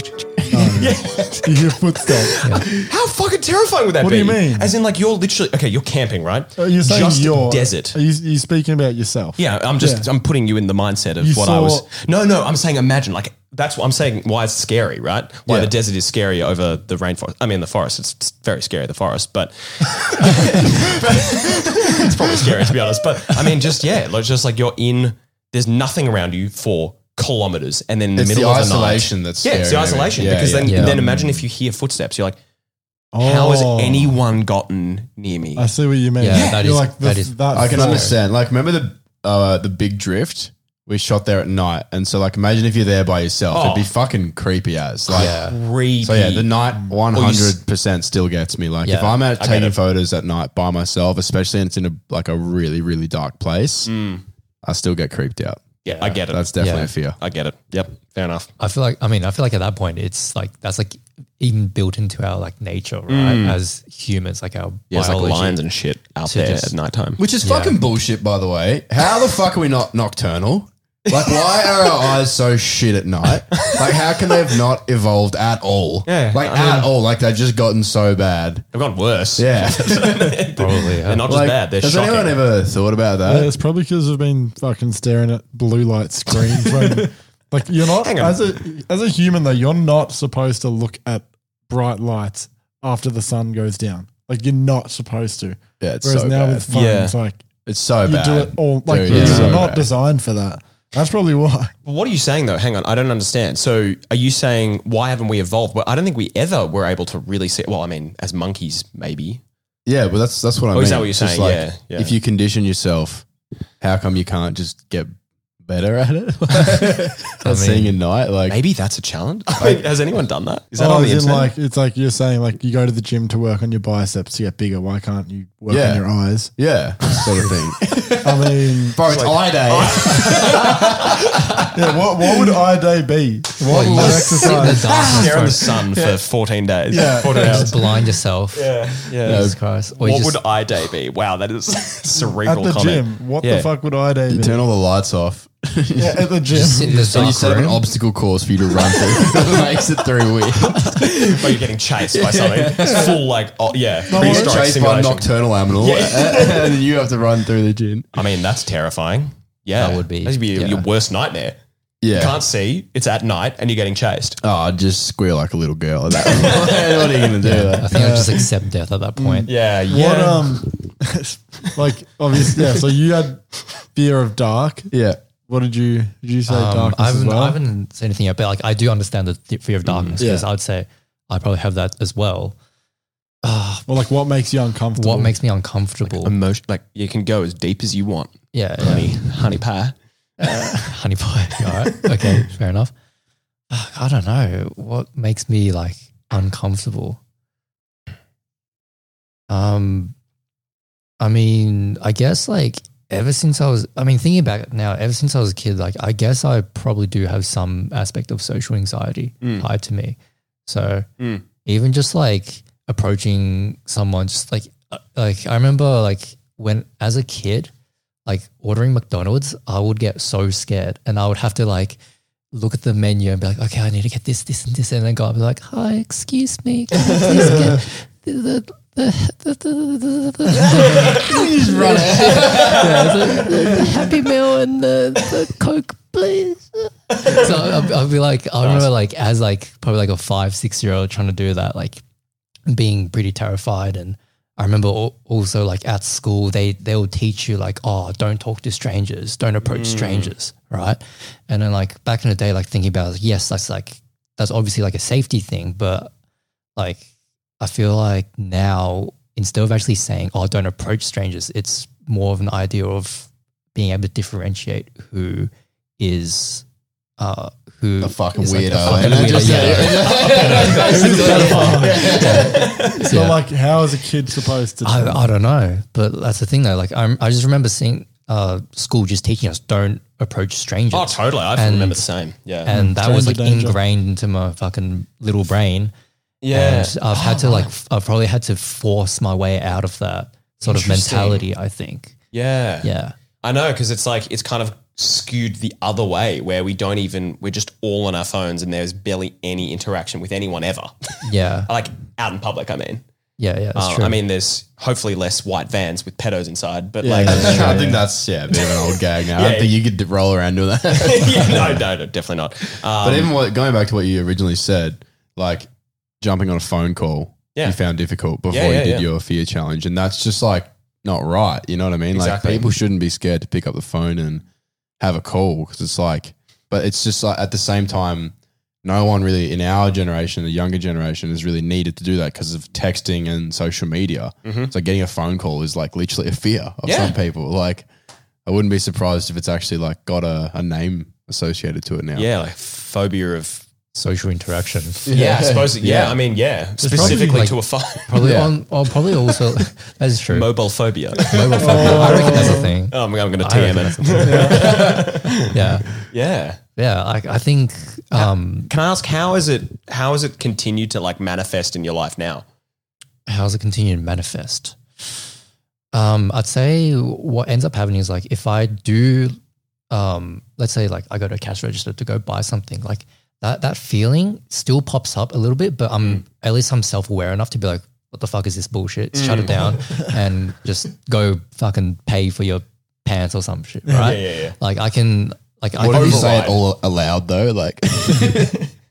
A: You hear footsteps.
C: How fucking terrifying would that
A: What do
C: be?
A: you mean?
C: As in, like you're literally okay. You're camping, right?
A: Are you saying
C: just
A: Uh, you're
C: desert.
A: Are you, you speaking about yourself?
C: yeah, I'm just
A: Yeah.
C: I'm putting you in the mindset of
A: You
C: what I
A: saw-
C: was. No, no, I'm saying imagine like that's what I'm saying. Why it's scary, right? Why
D: Yeah.
C: the desert is scary over the rainforest. I mean, the forest. It's, it's very scary, the forest, but <laughs> it's probably scary to be honest. But I mean, just yeah, like, just like you're in. There's nothing around you for kilometers, and then in the
D: It's the
C: middle of the night.
D: isolation that's
C: yeah, it's the
D: scary, maybe.
C: isolation
D: Yeah,
C: because
D: yeah.
C: then
B: Yeah.
C: then imagine if you hear footsteps, you're like.
A: Oh.
C: How has anyone gotten near me?
A: I see what you mean.
B: Yeah, Yeah. that
A: You're
B: is-
A: like,
B: that
A: the-
B: is-
A: that's
D: I can
A: scary.
D: understand. Like, remember the uh, the big drift? We shot there at night, and so like, imagine if you're there by yourself.
C: Oh.
D: It'd be fucking creepy as like.
B: yeah
C: Creepy.
D: So yeah, the night one hundred percent still gets me. Like, if
B: Yeah,
D: I'm out
C: I get
D: taking
C: it.
D: photos at night by myself, especially and it's in a like a really really dark place, I still get creeped out.
C: yeah, I get it.
D: That's definitely
B: Yeah.
D: a fear.
C: I get it. Yep, fair enough.
B: i feel like i mean i feel like at that point it's like that's like even built into our like nature right as humans like our
C: Mm. Yeah, it's like
B: biology.
C: lions and shit out
B: To
C: there
B: just-
C: at nighttime.
D: Which is fucking bullshit, by the way. How the fuck are we not nocturnal? Like, why are our eyes so shit at night? Like, how can they have not evolved at all?
C: Yeah,
D: Like,
C: I
D: at all. Like, they've just gotten so bad.
C: They've gone worse. <laughs>
D: Yeah.
B: Probably.
C: They're
B: Yeah.
C: not just
D: like,
C: bad. They're
D: has
C: shocking.
D: anyone ever thought about
A: Yeah,
D: that?
A: Uh, it's probably because I've been fucking staring at blue light screens.
D: <laughs>
A: When, like you're not
C: on.
A: as a as a human though, you're not supposed to look at bright lights after the sun goes down. Like you're not supposed to.
D: Yeah, it's
A: Whereas
D: so
A: now
D: bad.
A: with phones,
C: Yeah.
A: like
D: It's so
A: you
D: bad.
A: do it all. Like
D: Dude,
A: you're
D: it's so
A: not
D: bad.
A: designed for that. That's probably why.
C: But What are you saying though? Hang on, I don't understand. So, are you saying why haven't we evolved? Well, I don't think we ever were able to really see. Well, I mean, as monkeys, maybe.
D: Yeah, but that's that's what I
C: Oh,
D: mean.
C: is that what you're
D: It's just
C: saying? Yeah, yeah.
D: If you condition yourself, how come you can't just get better at it? <laughs> Not seeing a night, like
C: Maybe that's a challenge. Like, has anyone done that? Is that
A: Oh,
C: on the
A: as in,
C: internet?
A: like it's like you're saying like you go to the gym to work on your biceps to get bigger. Why can't you work
D: Yeah.
A: on your eyes?
D: yeah, sort of thing.
A: I mean,
D: Bro, it's eye day.
A: <laughs> yeah, what what would eye day be? What,
B: you <laughs>
A: what
B: just sit in the
A: exercise?
B: dark
C: <laughs> Stare in
B: and
C: the sun for 14 days.
A: Yeah.
C: 14
A: <laughs>
C: hours.
B: just blind yourself.
C: Yeah. yeah.
B: Jesus Christ. Or you
C: What
B: just-
C: would I day be? Wow, that is <laughs>
A: At
C: cerebral
A: the
C: comment.
A: gym, what
C: Yeah.
A: the fuck would eye day
D: You
A: be?
D: <laughs> turn all the lights off. <laughs>
A: Yeah, at the
B: just sit
A: gym.
C: <laughs>
B: in the
D: And you
B: dark
D: set up an
B: room.
D: obstacle course for you to run through. <laughs> that makes it three <laughs> weeks.
C: But you're getting chased by something. It's full like, oh, yeah,
D: You're
C: prehistoric
D: chased by
C: simulation.
D: nocturnal animal, <laughs> and then you have to run through the gym.
C: I mean, that's terrifying. Yeah.
B: That would be-
C: That'd be your-
B: yeah.
C: your worst nightmare.
D: Yeah,
C: Can't see, it's at night, and you're getting chased.
D: oh, I'd just squeal like a little girl. At that <laughs> point. what are you gonna do?
B: I think I'd just accept death at
C: Mm.
B: that point.
C: Yeah, yeah.
B: <laughs>
A: What um, like obviously, yeah. So you had fear of dark.
D: Yeah.
A: What did you did you say
B: Um,
A: darkness
B: I,
A: as
B: haven't,
A: well?
B: I haven't said anything yet, but like I do understand the th- fear of
C: Mm.
B: darkness because I would say I probably have that as well.
A: well, like what makes you uncomfortable?
B: What makes me uncomfortable?
C: emotion like you can go as deep as you want.
B: yeah, yeah.
C: Honey, honey pie.
B: <laughs> honey pie. <laughs> All right. Okay. Fair enough. Uh, I don't know what makes me like uncomfortable. Um, I mean, I guess like ever since I was, I mean, thinking about it now, ever since I was a kid, like I guess I probably do have some aspect of social anxiety
C: Mm.
B: tied to me. So
C: Mm.
B: even just like approaching someone, just like, uh, like I remember like when as a kid, like ordering McDonald's, I would get so scared and I would have to like look at the menu and be like, okay, I need to get this, this, and this. And then go up and be like, hi, excuse me. Can I please get the, the, the, the, the, the, the, the, Yeah, the- the- the Happy Meal and the, the Coke, please. So I'll, I'll be like, I remember like as like probably like a five, six year old trying to do that, like being pretty terrified and I remember al- also like at school they they will teach you like oh don't talk to strangers don't approach strangers right and then like back in the day like thinking about it, yes that's like that's obviously like a safety thing but like I feel like now instead of actually saying oh don't approach strangers it's more of an idea of being able to differentiate who is uh who
D: A fucking
B: is, like, a
D: weirdo.
B: fucking
D: and I just
B: weirdo, yeah.
D: yeah.
A: so
B: Yeah.
A: like how is a kid supposed to?
B: <laughs> I, I don't know, but that's the thing though. Like I'm, I just remember seeing uh, school just teaching us don't approach strangers,
C: <laughs> Oh, totally. I
B: And-
C: remember the same. Yeah.
B: and that was like
A: stranger danger.
B: ingrained into my fucking little brain.
C: yeah. Oh.
B: And I've had to like, f- I've probably had to force my way out of that sort of
C: Interesting.
B: mentality. I think,
C: yeah.
B: yeah,
C: I know because it's like it's kind of skewed the other way where we don't even we're just all on our phones and there's barely any interaction with anyone ever. <laughs>
B: yeah,
C: like out in public, I mean.
B: yeah, yeah. That's
C: Uh,
B: true.
C: I mean, there's hopefully less white vans with pedos inside, but
A: Yeah,
C: like,
A: yeah,
C: <laughs>
A: yeah.
D: <laughs> I think that's yeah, a bit of an old gag now. I
C: Yeah.
D: don't think you could d- roll around doing that.
C: <laughs>
D: <laughs>
C: Yeah, no, no, no, definitely not. Um,
D: But even what, going back to what you originally said, like jumping on a phone call,
C: Yeah.
D: you found difficult before
C: Yeah, yeah,
D: you did
C: yeah.
D: your fear challenge, and that's just like not right. You know what I mean?
C: Exactly.
D: Like people shouldn't be scared to pick up the phone and have a call because it's like, but it's just like at the same time, no one really in our generation, the younger generation, is really needed to do that because of texting and social media. So getting a phone call is like literally a fear of
C: Mm-hmm. Yeah.
D: some people. Like I wouldn't be surprised if it's actually like got a, a name associated to it now.
C: yeah, like phobia of
B: Social interaction,
C: Yeah, I suppose. Yeah,
D: Yeah.
C: I mean, yeah,
B: probably
C: specifically
B: like-
C: to a <laughs> phone.
B: probably
D: Yeah.
B: on, or probably also <laughs> that's true.
C: Mobile phobia. <laughs>
B: Mobile phobia. I reckon that's a thing.
C: oh my god, I'm going to
B: I reckon
C: TM <laughs> it.
B: Yeah,
C: Yeah.
B: yeah. I, I think. Um,
C: Can I ask how is it? How has it continued to like manifest in your life now?
B: how's it continue to manifest? Um, I'd say what ends up happening is like if I do um, let's say like I go to a cash register to go buy something, like that that feeling still pops up a little bit, but
C: Mm.
B: I'm at least I'm self aware enough to be like, what the fuck is this bullshit? Shut
C: Mm.
B: it
C: <laughs>
B: down and just go fucking pay for your pants or some shit, right?
C: yeah, yeah.
B: Like I can, like I
D: What
B: can
D: if you say
C: override.
D: it all aloud though?
C: <laughs>
D: Like,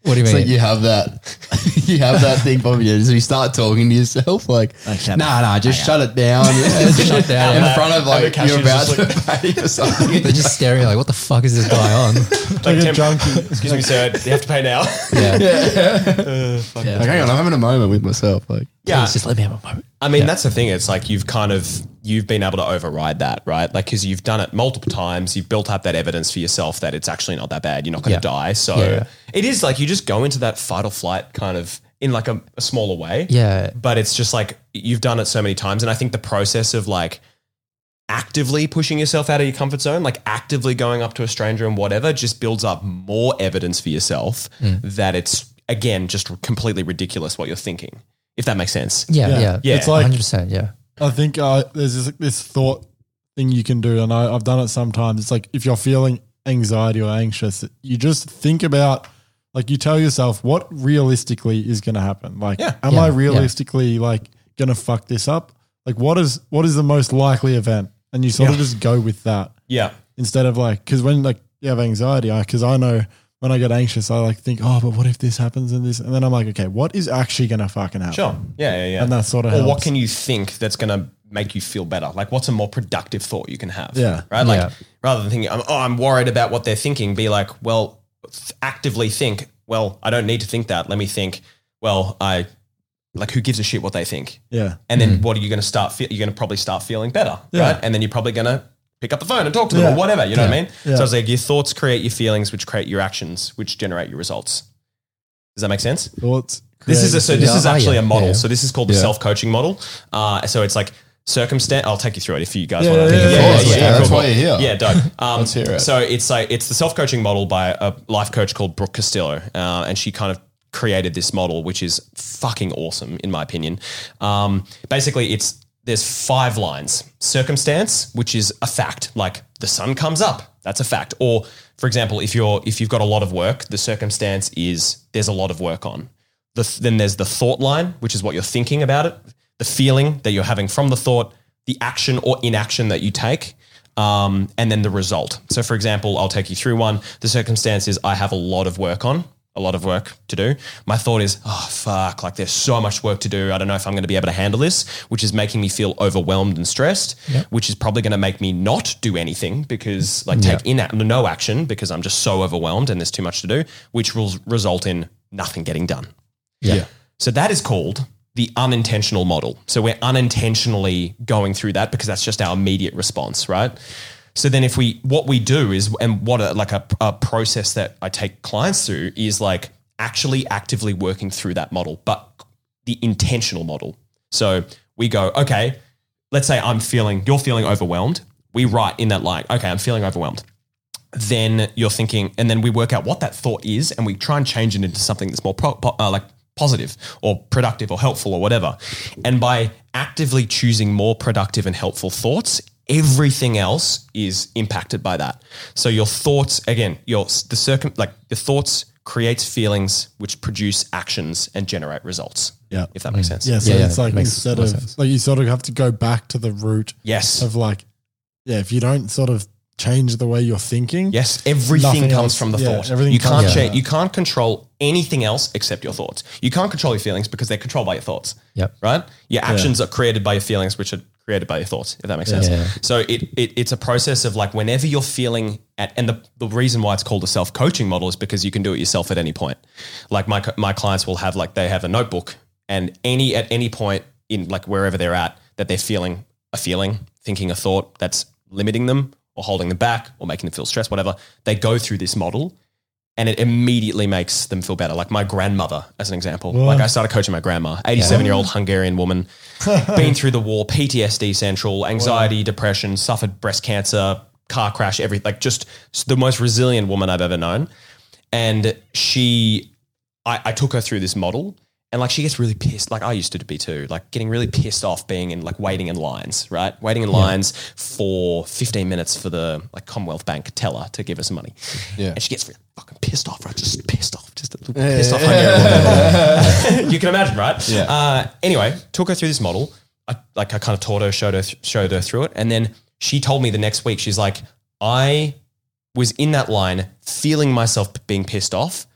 B: What do you
D: it's
B: mean?
D: like you have that, <laughs> you have that thing from you. So you start talking to yourself, like, nah,
E: can't-
D: nah, just
C: uh,
D: shut
C: <laughs>
D: it down.
B: shut down.
D: in front of like
C: cashier's
D: you're about
C: just
D: to pay for
C: <laughs>
D: something.
B: They're just staring like, what the fuck is this guy on?
C: Like,
A: Like a
C: temp-
A: junkie.
C: Excuse me, sir. You have to pay now.
B: Yeah.
D: Like, hang on, I'm having a moment with myself. Like,
C: <laughs> yeah. <laughs>
B: Please just let me have a moment.
C: I mean, that's the thing. It's like you've kind of you've been able to override that, right? Like because you've done it multiple times, you've built up that evidence for yourself that it's actually not that bad. You're not going
B: Yeah.
C: to die. So
B: Yeah, yeah.
C: it is like you just go into that fight or flight kind of in like a, a smaller way.
B: Yeah.
C: But it's just like you've done it so many times, and I think the process of like actively pushing yourself out of your comfort zone, like actively going up to a stranger and whatever, just builds up more evidence for yourself
B: Mm.
C: that it's again just completely ridiculous what you're thinking. If that makes sense.
B: Yeah.
A: Yeah.
B: Yeah.
C: Yeah.
A: It's like
B: 100%. Yeah.
A: I think uh, there's this, this thought thing you can do, and I, I've done it sometimes. It's like if you're feeling anxiety or anxious, you just think about, like, you tell yourself what realistically is going to happen. Like,
C: Yeah.
A: am
B: Yeah,
A: I
B: yeah.
A: realistically like going to fuck this up? Like, what is what is the most likely event? And you sort of just go with that
C: Yeah.
A: instead of like because when like you have anxiety because I, know when i get anxious i like think oh but what if this happens and this and then i'm like okay what is actually gonna fucking happen
C: Sure. Yeah, yeah, yeah.
A: And that sorta
C: Or what
A: helps.
C: can you think that's going to make you feel better? Like, what's a more productive thought you can have?
A: Yeah.
C: Right. Like,
B: Yeah.
C: rather than thinking, "I'm- oh, I'm worried about what they're thinking, be like, well, th- actively think, well, I don't need to think that. Let me think, well, I, like, who gives a shit what they think?
A: yeah
C: And then what are you going to start? Fe- you're going to probably start feeling better,
A: Mm. Yeah.
C: right? And then you're probably going to pick up the phone and talk to them
A: Yeah.
C: or whatever. You know what I mean?
A: Yeah.
C: So it's like your thoughts create your feelings, which create your actions, which generate your results. Does that make sense?
A: thoughts
C: This is a, so this
B: Yeah.
C: is
B: Oh,
C: actually
B: yeah.
C: a model.
B: Yeah, yeah.
C: So this is called the
D: Yeah.
C: self coaching model. Uh, so it's like circumstance. I'll take you through it if you guys
A: Yeah,
C: want to.
A: yeah, yeah,
D: yeah, yeah, that's why you're here.
C: Yeah,
D: <laughs>
C: dope. Um,
D: Let's hear it.
C: So it's like it's the self coaching model by a life coach called Brooke Castillo, uh, and she kind of created this model, which is fucking awesome in my opinion. Um, basically, it's there's five lines: circumstance, which is a fact, like the sun comes up, that's a fact. Or for example, if you're if you've got a lot of work, the circumstance is there's a lot of work on. The, then there's the thought line, which is what you're thinking about it, the feeling that you're having from the thought, the action or inaction that you take, um, and then the result. So, for example, I'll take you through one. The circumstance is I have a lot of work on, a lot of work to do. My thought is, oh, fuck, like there's so much work to do. I don't know if I'm going to be able to handle this, which is making me feel overwhelmed and stressed, which is probably going to make me not do anything because, like, take in no action because I'm just so overwhelmed and there's too much to do, which will result in nothing getting done.
D: yeah.
C: So that is called the unintentional model. So we're unintentionally going through that because that's just our immediate response, right? So then if we what we do is and what a, like a, a process that I take clients through is like actually actively working through that model, but the intentional model. So we go, okay, let's say I'm feeling you're feeling overwhelmed. We write in that line, okay, I'm feeling overwhelmed then you're thinking, and then we work out what that thought is, and we try and change it into something that's more pro- po- uh, like positive or productive or helpful or whatever. And by actively choosing more productive and helpful thoughts, everything else is impacted by that. So your thoughts, again, your the circum like the thoughts creates feelings which produce actions and generate results.
A: Yeah. Mm.
C: if that makes sense.
A: yeah so
B: Yeah, yeah,
A: it's like
B: makes
A: instead
B: more
A: of
B: sense.
A: like you sort of have to go back to the root
C: Yes.
A: of like yeah if you don't sort of change the way you're thinking
C: Yes, everything
A: Nothing
C: comes
A: else.
C: from the
A: Yeah,
C: thought.
A: everything
C: you
A: comes
C: can't
A: from
C: change.
A: that.
C: You can't control anything else except your thoughts. You can't control your feelings because they're controlled by your thoughts.
B: Yep.
C: Right. Your actions are created by your feelings, which are created by your thoughts. If that makes sense.
B: Yeah.
C: So it, it it's a process of like whenever you're feeling at, and the, the reason why it's called a self coaching model is because you can do it yourself at any point. Like my my clients will have like they have a notebook and any at any point in like wherever they're at that they're feeling a feeling, thinking a thought that's limiting them or holding them back or making them feel stressed, whatever. They go through this model and it immediately makes them feel better. Like my grandmother, as an example. Like I started coaching my grandma, 87 year old Hungarian woman, been through the war, PTSD central, anxiety, depression, suffered breast cancer, car crash, everything. Like just the most resilient woman I've ever known. And she, I, I took her through this model And like she gets really pissed, like I used to be too, like getting really pissed off being in like waiting in lines, right? Waiting in lines for 15 minutes for the like Commonwealth Bank teller to give us money.
D: Yeah.
C: And she gets really fucking pissed off, right? Just pissed off, just a little pissed off. hungover woman. <laughs> you can imagine, right?
D: Yeah.
C: Uh, anyway, took her through this model. I, like I kind of taught her, showed her, showed her through it. And then she told me the next week, she's like, I was in that line feeling myself being pissed off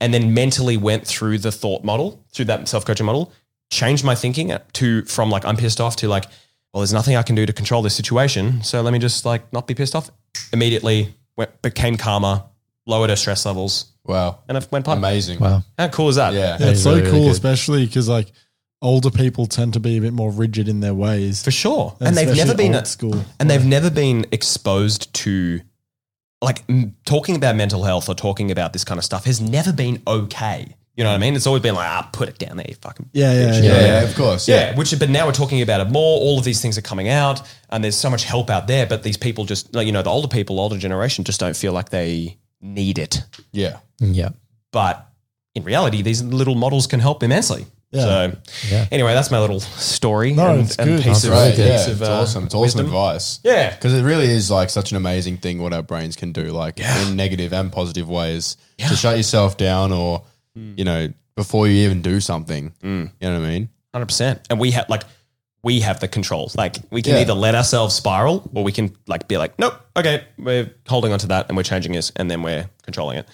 C: and then mentally went through the thought model, through that self-coaching model, changed my thinking to from like I'm pissed off to like, well, there's nothing I can do to control this situation, so let me just like not be pissed off. Immediately went, became calmer, lowered her stress levels,
D: Wow.
C: and I went pub.
D: Amazing.
B: Wow.
C: How cool is that?
D: Yeah.
A: Yeah, it's so
B: really, really
A: cool,
B: good.
A: especially because like older people tend to be a bit more rigid in their ways,
C: for sure. And, they've
A: especially
C: never been
A: old school.
C: and they've never been exposed to like m- talking about mental health or talking about this kind of stuff has never been okay. You know what I mean? It's always been like, ah, put it down there, you fucking
A: Yeah, yeah, yeah.
D: Yeah, yeah, of course.
C: Yeah, which but now we're talking about it more. All of these things are coming out, and there's so much help out there. But these people just, like, you know, the older people, older generation, just don't feel like they need it.
D: Yeah.
B: Yeah.
C: But in reality, these little models can help immensely. So,
B: Yeah.
C: anyway, that's my little story
A: No,
C: and,
A: it's
C: and
A: good.
C: piece
A: That's
C: of,
D: Right.
C: piece
D: Yeah. It's,
C: of, uh,
D: awesome. It's awesome
C: wisdom.
D: advice.
C: Yeah,
D: Because it really is like such an amazing thing what our brains can do, like in negative and positive ways, to shut yourself down or,
C: Mm.
D: you know, before you even do something. You know what I mean?
C: hundred percent. And we have like we have the control. Like we can
D: Yeah.
C: either let ourselves spiral, or we can like be like, nope, okay, we're holding on to that, and we're changing this, and then we're controlling it.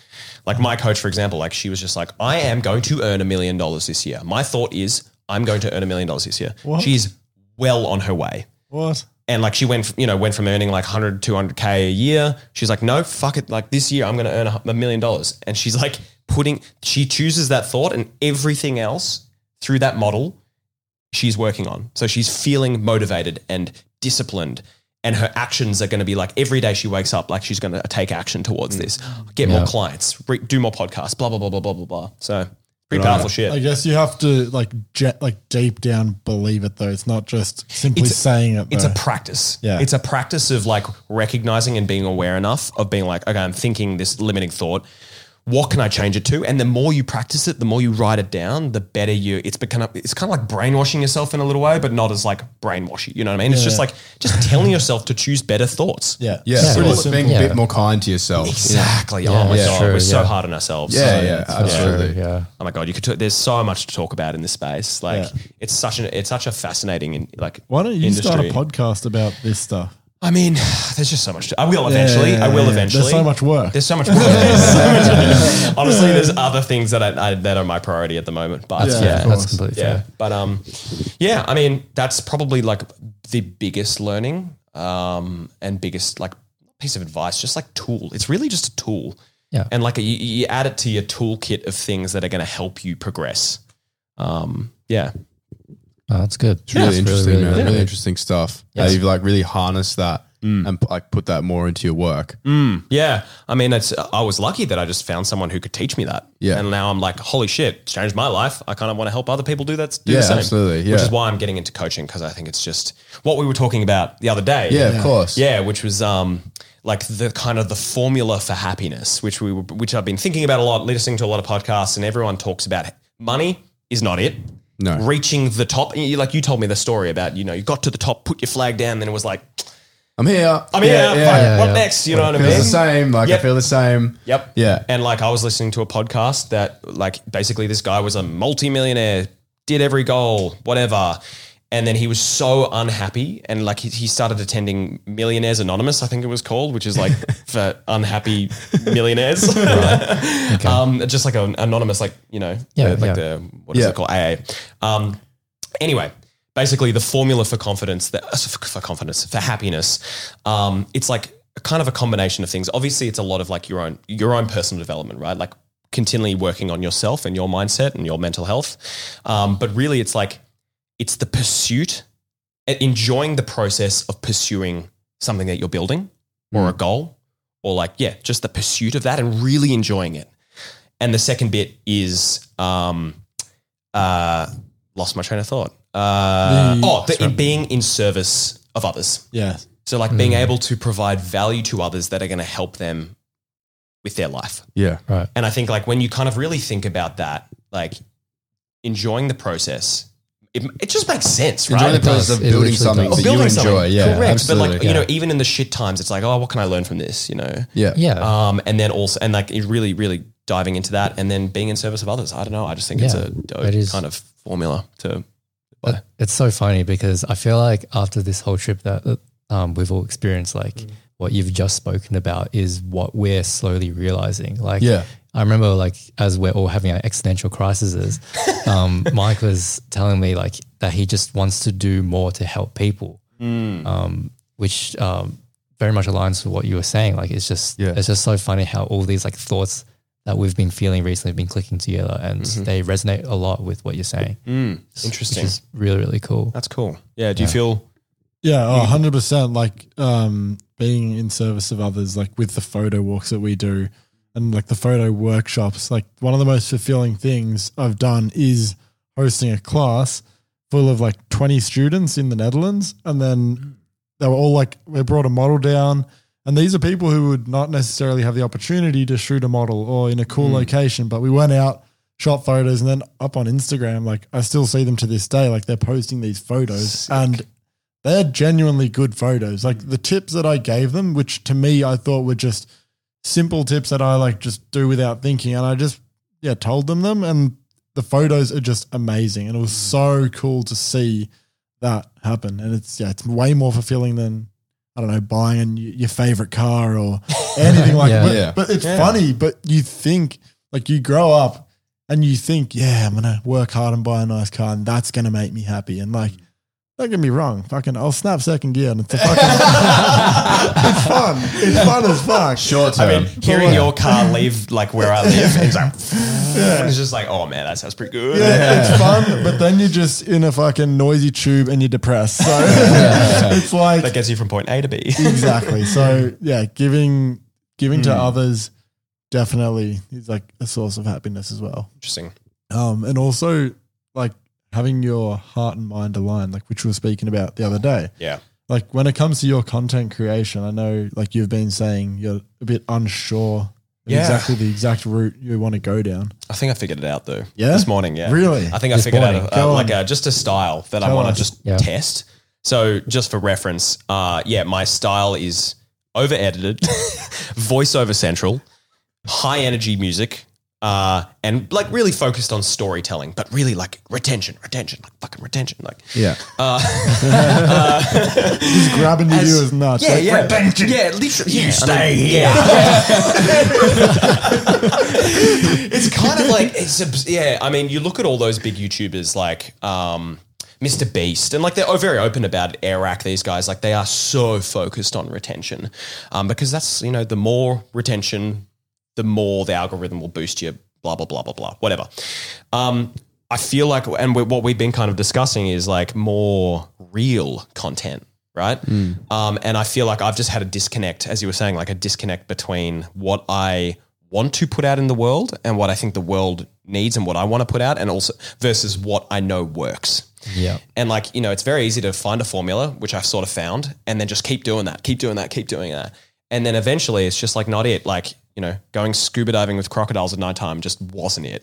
C: Like my coach, for example, like she was just like, I am going to earn a million dollars this year. My thought is, I'm going to earn a million dollars this year.
A: What?
C: She's well on her way
A: What?
C: and like she went, you know, went from earning like 100, 200k a year. She's like, no, fuck it. Like this year, I'm going to earn a hu- a million dollars. And she's like putting, she chooses that thought and everything else through that model she's working on. So she's feeling motivated and disciplined. And her actions are going to be like every day she wakes up, like she's going to take action towards this, get more clients, re- do more podcasts, blah, blah, blah, blah, blah, blah, blah. So pretty powerful shit.
A: I guess you have to like jet, like deep down believe it though. It's not just simply
C: It's a-
A: saying it.
C: it's
A: though.
C: a practice.
A: Yeah.
C: It's a practice of like recognizing and being aware enough of being like, okay, I'm thinking this limiting thought. What can I change it to? And the more you practice it, the more you write it down, the better you. It's become. It's kind of like brainwashing yourself in a little way, but not as like brainwashy. You know what I mean? It's just like just telling yourself to choose better thoughts.
A: <laughs> yeah,
D: Yeah.
A: It's
D: so
A: really
D: it's being
A: simple.
D: a bit more kind to yourself.
C: Exactly. oh my
B: yeah,
C: god,
B: sure,
C: we're so
B: yeah.
C: hard on ourselves.
D: Yeah,
C: So-
D: yeah, absolutely.
B: Sure, yeah.
C: Oh my god, you could. T- there's so much to talk about in this space. Like
A: Yeah.
C: it's such an. It's such a fascinating and like.
A: Why don't you start a
C: industry.
A: podcast about this stuff?
C: I mean, <sighs> there's just so much. To, I will eventually. I will
A: yeah.
C: eventually.
A: There's so much work.
C: There's
A: <laughs>
C: so much. Work. There's so much- Honestly, there's other things that I, I, that are my priority at the moment. But
A: Yeah,
C: yeah,
B: Yeah. that's
A: of course.
B: completely
C: yeah.
B: fair.
C: But um, yeah. I mean, that's probably like the biggest learning um and biggest like piece of advice. Just like tool. It's really just a tool.
B: Yeah.
C: And like you, you add it to your toolkit of things that are going to help you progress. Um. Yeah.
B: Oh, that's good.
D: It's really interesting, man. Really,
B: good.
D: interesting stuff. How you've like really harnessed that
C: Mm.
D: and like put that more into your work.
C: Yeah, I mean, it's I was lucky that I just found someone who could teach me that.
D: Yeah.
C: and now I'm like, holy shit, it's changed my life. I kind of want to help other people do that. Do
D: Yeah,
C: the same,
D: absolutely, yeah.
C: Which is why I'm getting into coaching because I think it's just what we were talking about the other day.
D: Yeah, of course.
C: yeah, which was um like the kind of the formula for happiness, which we were, which I've been thinking about a lot, listening to a lot of podcasts, and everyone talks about money is not it.
D: No.
C: Reaching the top, you- like you told me the story about, you know, you got to the top, put your flag down, then it was like,
D: I'm here.
C: I mean, yeah, fuck,
B: yeah,
C: what
B: yeah.
C: next? You know what I
D: Feels
C: mean?
D: the same. Like
C: Yep.
D: I feel the same.
C: Yep.
D: Yeah.
C: And like I was listening to a podcast that like basically this guy was a multimillionaire, did every goal, whatever. And then he was so unhappy and like he, he started attending Millionaires Anonymous, I think it was called, which is like for unhappy millionaires. um, just like an anonymous, like, you know,
B: Yeah,
C: the- like
B: yeah.
C: the, what is
D: Yeah.
C: it called? AA. Um, anyway, basically the formula for confidence that uh, for confidence for happiness, um, it's like a kind of a combination of things. Obviously, it's a lot of like your own your own personal development, right? Like continually working on yourself and your mindset and your mental health. Um, but really, it's like it's the pursuit, and enjoying the process of pursuing something that you're building or a goal, or like yeah, just the pursuit of that and really enjoying it. And the second bit is um, uh, lost my train of thought. Uh,
A: The-
C: oh, the, in being in service of others.
A: Yeah,
C: So like
D: Mm.
C: being able to provide value to others that are going to help them with their life.
D: Yeah.
B: Right.
C: And I think like when you kind of really think about that, like enjoying the process. It, it just makes sense, right?
D: Enjoy the
B: It does.
D: process of
B: It
D: building
B: literally
D: something
B: does.
D: that
C: Of
D: you enjoy. Yeah,
C: correct.
D: absolutely.
C: But like you know, even in the shit times, it's like, oh, what can I learn from this? You know,
D: yeah.
B: Yeah.
C: um, and then also and like you're really, really diving into that, and then being in service of others. I don't know. I just think it's
B: Yeah,
C: a dope
B: it is.
C: kind of formula to
B: But it's so funny because I feel like after this whole trip that that, um, we've all experienced, like
D: Mm.
B: what you've just spoken about is what we're slowly realizing. Like,
D: Yeah.
B: I remember like as we're all having our existential
D: <laughs>
B: crises, um, Mike was telling me like that he just wants to do more to help people,
D: Mm.
B: um, which um, very much aligns with what you were saying. Like, it's just
D: Yeah.
B: it's just so funny how all these like thoughts that we've been feeling recently have been clicking together, and
D: Mm-hmm.
B: they resonate a lot with what you're saying.
C: hmm, interesting.
B: Which is really, really cool.
C: That's cool. Yeah. Do you feel?
A: Yeah, oh, 100%. Like um, being in service of others, like with the photo walks that we do and like the photo workshops, like one of the most fulfilling things I've done is hosting a class full of like 20 students in the Netherlands. And then they were all like, we brought a model down. And these are people who would not necessarily have the opportunity to shoot a model or in a cool location, but we went out. Shot photos and then up on Instagram, like I still see them to this day. Like they're posting these photos, and they're genuinely good photos. Like the tips that I gave them, which to me I thought were just simple tips that I like just do without thinking. And I just, yeah, told them them. And the photos are just amazing.
D: Mm.
A: And it was so cool to see that happen. And it's, yeah, it's way more fulfilling than, I don't know, buying a new, your favorite car
D: <laughs>
A: or anything like
B: Yeah.
A: that. But,
D: Yeah.
A: but it's funny, but you think, like, you grow up and you think, yeah, I'm going to work hard and buy a nice car and that's going to make me happy. And
D: Mm.
A: like, don't get me wrong. Fucking, I'll snap second gear and it's
D: <laughs>
A: a fucking. <laughs> it's fun. It's fun as fuck.
D: Short term.
C: I mean, hearing
A: Yeah.
C: your car leave like where I live, it's like, it's just like, oh man, that sounds pretty good.
A: Yeah, it's fun, but then you're just in a fucking noisy tube and you're depressed. So <laughs> it's like
C: That gets you from point A to B.
A: exactly. So yeah, giving giving
C: Hmm.
A: to others definitely is like a source of happiness as well.
C: Interesting.
A: Um, and also like having your heart and mind aligned, like which we were speaking about the other day.
C: Yeah.
A: like when it comes to your content creation, I know like you've been saying you're a bit unsure of
C: Yeah.
A: exactly the exact route you want to go down.
C: I think I figured it out though.
A: Yeah?
C: This morning. Yeah.
A: Really?
C: I think I
B: This
C: figured
B: morning.
C: out uh,
A: Go
C: like
A: on.
C: a, just a style that I
A: Go
C: want
A: on.
C: to just
B: Yeah.
C: test. So just for reference, uh, yeah, my style is over <laughs> edited, voiceover central, high energy music, uh, and like really focused on storytelling, but really like retention, retention, like fucking retention, like
D: yeah.
A: Just grabbing the
C: As-
A: viewers nuts.
C: Yeah,
A: Like,
C: yeah, yeah. Literally, you stay here. it's kind of like it's abs- yeah. I mean, you look at all those big YouTubers like um, Mr. Beast, and like they're oh, very open about it. Airac. These guys like they are so focused on retention um, because that's you know the more retention, the more the algorithm will boost you. Blah blah blah blah blah. Whatever. Um, I feel like, and we, what we've been kind of discussing is like more real content, right? Um, and I feel like I've just had a disconnect, as you were saying, like a disconnect between what I want to put out in the world and what I think the world needs and what I want to put out, and also versus what I know works.
B: Yeah.
C: And like, you know, it's very easy to find a formula, which I've sort of found, and then just keep doing that, keep doing that, keep doing that. And then eventually it's just like not it. Like, you know, going scuba diving with crocodiles at nighttime just wasn't it.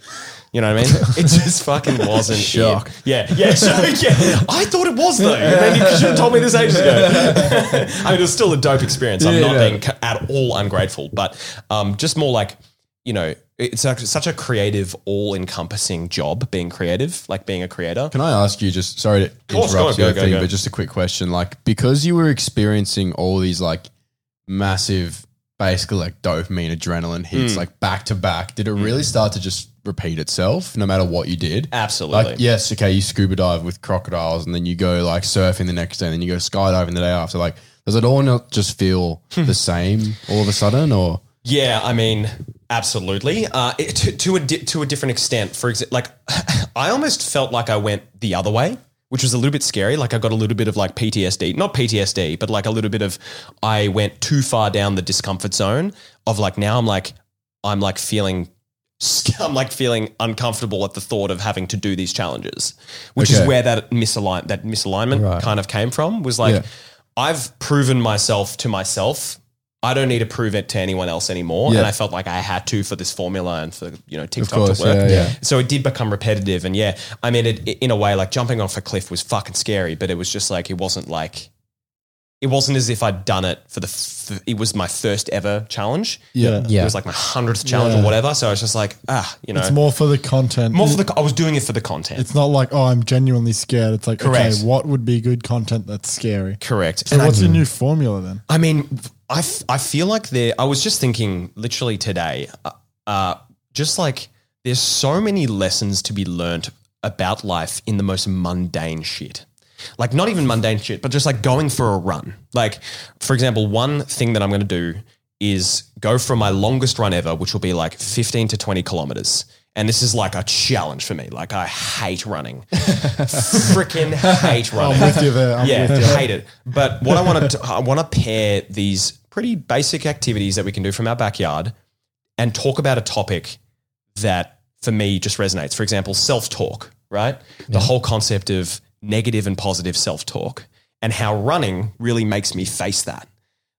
C: You know
D: <laughs>
C: what I mean? It just fucking wasn't
D: Shock.
C: it. Yeah. Yeah. <laughs> So yeah. I thought it was though. And then you should have told me this ages
D: <laughs>
C: ago. <laughs> I mean, it was still a dope experience. I'm not
D: Yeah.
C: being ca- at all ungrateful, but um, just more like, you know, it's a, such a creative, all encompassing job being creative, like being a creator.
D: Can I ask you just sorry to
C: course,
D: interrupt
C: go,
D: your
C: go, go,
D: thing,
C: go.
D: but just a quick question. Like because you were experiencing all these like massive basically like dopamine adrenaline
C: Hmm.
D: hits like back to back, did it really start to just repeat itself no matter what you did?
C: Absolutely.
D: Like, yes, okay, you scuba dive with crocodiles and then you go like surfing the next day and then you go skydiving the day after. Like, does it all not just feel
C: Hmm.
D: the same all of a sudden or?
C: Yeah, I mean, absolutely. Uh, it, to, to a di- to a different extent. For example, like <laughs> I almost felt like I went the other way, which was a little bit scary. Like I got a little bit of like PTSD, not PTSD, but like a little bit of I went too far down the discomfort zone of like now I'm like I'm like feeling. <laughs> I'm like feeling uncomfortable at the thought of having to do these challenges, which
D: Okay.
C: is where that misalign that misalignment
B: Right.
C: kind of came from. Was like
D: Yeah.
C: I've proven myself to myself I don't need to prove it to anyone else anymore.
D: Yeah.
C: And I felt like I had to for this formula and for, you know, TikTok
D: course,
C: to work.
D: yeah, yeah.
C: So it did become repetitive. And yeah, I mean, it, in a way, like jumping off a cliff was fucking scary, but it was just like, it wasn't like, it wasn't as if I'd done it for the, f- it was my first ever challenge.
A: Yeah.
B: Yeah.
C: It was like my 100th challenge
A: Yeah.
C: or whatever. So I was just like, ah, you know,
A: It's more for the content.
C: more for the, co- I was doing it for the content.
A: it's not like, oh, I'm genuinely scared. It's like,
C: Correct.
A: okay, what would be good content that's scary?
C: Correct.
A: So what's your new formula then?
C: I mean, I, f- I feel like there, I was just thinking literally today, uh, uh, just like there's so many lessons to be learnt about life in the most mundane shit. Like, not even mundane shit, but just like going for a run. Like, for example, one thing that I'm going to do is go for my longest run ever, which will be like 15 to 20 kilometers. And this is like a challenge for me. Like, I hate running. Freaking hate running
A: I'm with you there. I'm
C: yeah,
A: with you.
C: hate it. But what I want to, <laughs> I want to pair these pretty basic activities that we can do from our backyard and talk about a topic that for me just resonates. For example, self talk, right? The whole concept of negative and positive self talk and how running really makes me face that.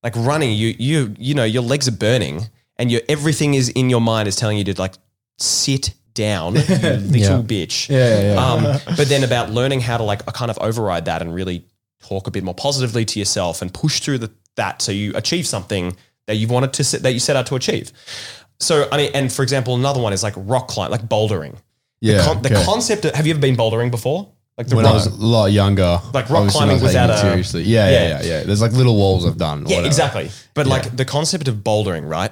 C: Like running, you, you, you know, your legs are burning and your, everything is in your mind is telling you to like sit down, you little bitch.
D: Yeah, yeah, yeah. <laughs>
C: Um, but then about learning how to like kind of override that and really talk a bit more positively to yourself and push through the, that so you achieve something that you wanted to set, that you set out to achieve. So I mean, and for example, another one is like rock climb, like bouldering.
D: yeah.
C: Con- the
D: okay.
C: concept. Of, have you ever been bouldering before? Like the
D: when I
C: rock.
D: was a lot younger,
C: Like rock
D: obviously
C: climbing
D: not taking
C: without
D: it
C: a-
D: seriously. Yeah, yeah,
C: Yeah.
D: yeah, yeah, There's like little walls I've done. or
C: yeah,
D: whatever.
C: exactly. But like the concept of bouldering, right?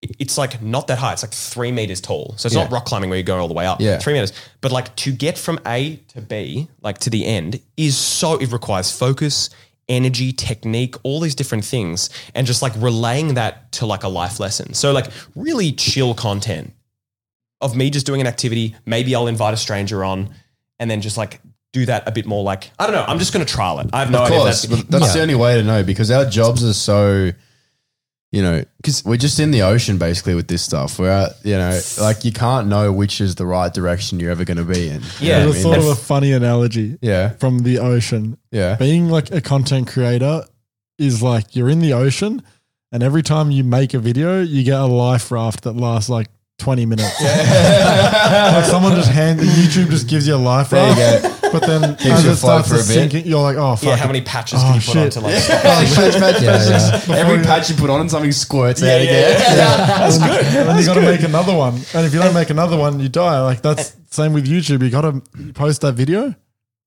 C: It- It's like not that high. It's like three meters tall. So it's not
D: Yeah.
C: rock climbing where you go all the way up.
D: Yeah.
C: Three meters. But like to get from A to B, like to the end, is so, it requires focus, energy, technique, all these different things. And just like relaying that to like a life lesson. So like really chill content of me just doing an activity. Maybe I'll invite a stranger on and then just like do that a bit more like, I don't know. I'm just going to trial it. I have no
D: Of
C: idea. if
D: course,
C: that's-
D: but that's the only way to know because our jobs are so, you know, because we're just in the ocean basically with this stuff. We're out, you know, like you can't know which is the right direction you're ever going to be in. You
C: Yeah.
A: It
D: know what
A: was
D: I
A: sort
D: mean?
A: of a funny analogy
D: yeah,
A: from the ocean.
D: yeah,
A: Being like a content creator is like you're in the ocean, and every time you make a video, you get a life raft that lasts like 20 minutes. <laughs>
C: <laughs>
A: like someone just hand the YouTube just gives you a life raft.
D: There you go.
A: But then
D: Keeps
A: as
D: you
A: it
D: afloat
A: starts
D: for
A: to
D: a bit.
A: sink, in, you're like, oh, fuck.
C: yeah, how
A: it.
C: many patches
A: Oh,
C: can you put
A: shit.
C: onto like <laughs>
D: Patch, patch, patch,
B: Yeah,
D: patch. Every patch you put on, something squirts out again.
A: <laughs> And then you got to make another one. And if you don't make another one, you die. Like
C: Eh.
A: that's same with YouTube. You got to post that video,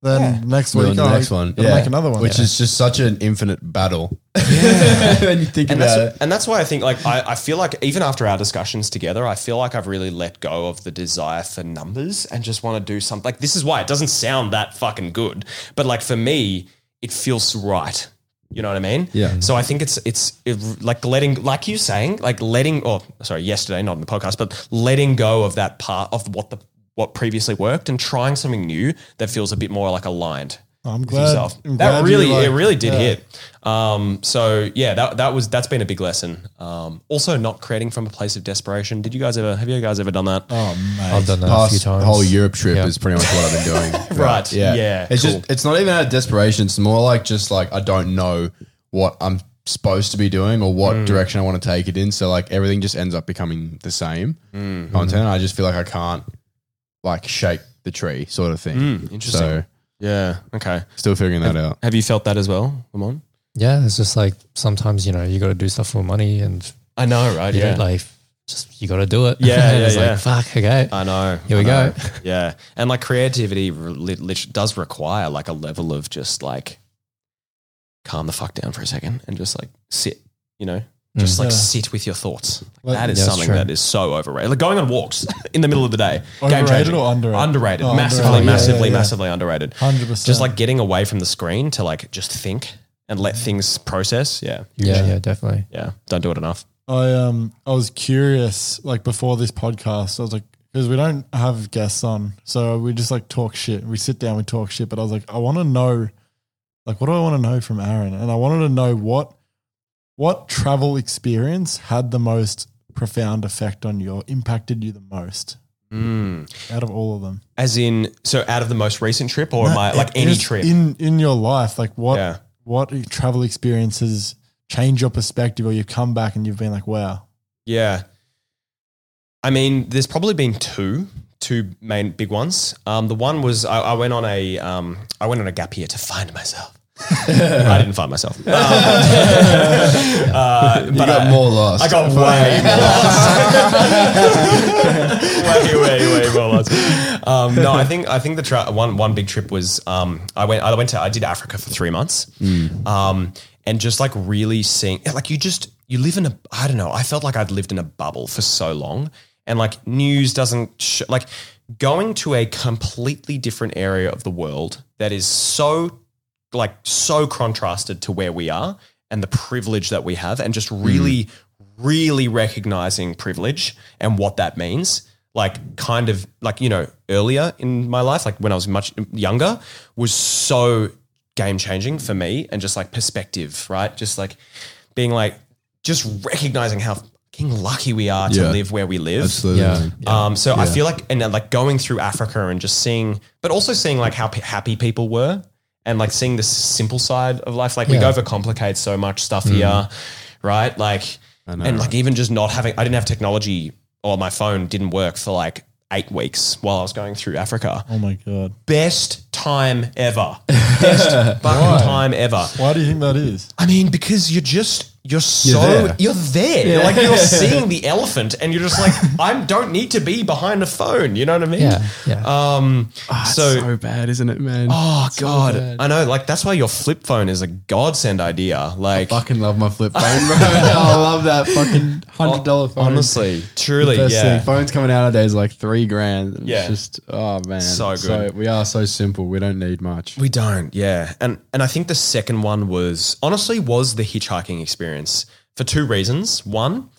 A: then next
D: We're
A: week,
D: on the
A: oh,
D: next one.
A: gotta make another one.
D: which is just such an infinite battle. when you think
C: and
D: about
C: that's,
D: it,
C: and that's why I think like I, I feel like even after our discussions together, I feel like I've really let go of the desire for numbers and just want to do something. Like this is why it doesn't sound that fucking good, but like for me, it feels right. You know what I mean?
D: Yeah.
C: So I think it's it's it, like letting, like you saying, like letting, or sorry, yesterday, not in the podcast, but letting go of that part of what the what previously worked and trying something new that feels a bit more like aligned.
A: I'm
C: with
A: glad.
C: yourself.
A: I'm
C: that
A: glad you,
C: really,
A: like-
C: it really did
A: yeah.
C: hit. Um, so yeah, that that was that's been a big lesson. Um, also, not creating from a place of desperation. Did you guys ever? Have you guys ever done that?
A: Oh, mate.
B: I've done that a few
D: past
B: times.
D: whole Europe trip
B: Yeah.
D: is pretty much what I've been doing.
C: Right, yeah,
D: It's
C: cool.
D: just it's not even out of desperation. It's more like just like I don't know what I'm supposed to be doing or
B: Mm.
D: what direction I want to take it in. So like everything just ends up becoming the same content. I just feel like I can't like shake the tree sort of thing.
C: Mm, interesting.
D: So
C: yeah. Okay.
D: still figuring that out.
C: Have you felt that as well, Lamont?
B: Yeah, it's just like sometimes you know you got to do stuff for money, and
C: I know, right?
B: you
C: Yeah.
B: don't like just you got to do it. <laughs>
C: Yeah,
B: And it's
C: yeah,
B: like fuck. Okay,
C: I know.
B: Here we
C: I know.
B: go.
C: yeah, and like creativity re- lit- lit- does require like a level of just like calm the fuck down for a second and just like sit. You know, just like
A: Mm. Yeah.
C: sit with your thoughts.
A: Like-
C: that is
B: Yeah, that's
C: something
B: true.
C: that is so overrated. Like going on walks <laughs> in the middle of the day.
A: Overrated
C: changing.
A: or underrated?
C: Underrated.
A: Oh,
C: massively,
A: underrated. Yeah,
C: massively,
A: yeah, yeah.
C: massively underrated.
A: 100%.
C: Just like getting away from the screen to like just think and
A: Mm.
C: let things process. Yeah.
B: yeah, yeah, definitely.
C: Yeah. Don't do it enough.
A: I um I was curious like before this podcast I was like because we don't have guests on so we just like talk shit we sit down we talk shit but I was like I want to know like what do I want to know from Aaron and I wanted to know what what travel experience had the most profound effect on you or impacted you the most
C: Mm.
A: out of all of them
C: As in, so out of the most recent trip or am I like any
A: Just
C: trip?
A: in in your life like what
C: Yeah.
A: what travel experiences changed your perspective or you've come back and you've been like, wow,
C: Yeah. I mean, there's probably been two, two main big ones. Um, the one was I, I went on a um, I went on a gap year to
A: <laughs>
C: find myself. I didn't find myself. Um, <laughs> uh,
D: You
C: but
D: got
C: I,
D: more lost.
C: I got way more <laughs> lost. way, way, way more lost. Um, no, I think I think the tra- one one big trip was um, I went I went to I did Africa for three months, um, and just like really seeing like you just you live in a I don't know I felt like I'd lived in a bubble for so long, and like news doesn't sh- like going to a completely different area of the world that is so like so contrasted to where we are and the privilege that we have and just really
D: Mm.
C: really recognizing privilege and what that means like kind of like you know earlier in my life like when i was much younger was so game changing for me and just like perspective right just like being like just recognizing how fucking lucky we are to
D: Yeah.
C: live where we live
D: Absolutely.
B: Yeah.
C: um, so I feel like and uh, like going through Africa and just seeing, but also seeing like how p- happy people were and like seeing the simple side of life. Like we
B: Yeah. Mm.
C: overcomplicate so much stuff here, right? Like and like even just not having, I didn't have technology or my phone didn't work for like eight weeks while I was going through Africa.
A: oh my God.
C: Best time ever.
B: <laughs>
C: Best fucking time ever.
A: Why do you think that is?
C: I mean, because you're just you're so
D: there.
C: you're there, like you're seeing the elephant, and you're just like, I don't need to be behind a phone. You know what I mean?
B: Yeah. Yeah.
C: Um. so,
D: bad, isn't it, man?
C: oh god, I know. Like that's why your flip phone is a godsend idea. Like
D: fucking love my flip phone, <laughs> bro. I love that fucking hundred dollar phone.
C: honestly, truly,
D: Best thing.
C: yeah.
D: Phones coming out nowadays like three grand. and
C: Yeah.
D: It's just oh man.
C: So good.
D: we are so simple. We don't need much.
C: We don't, yeah. And and I think the second one was honestly was the hitchhiking experience for two reasons. One,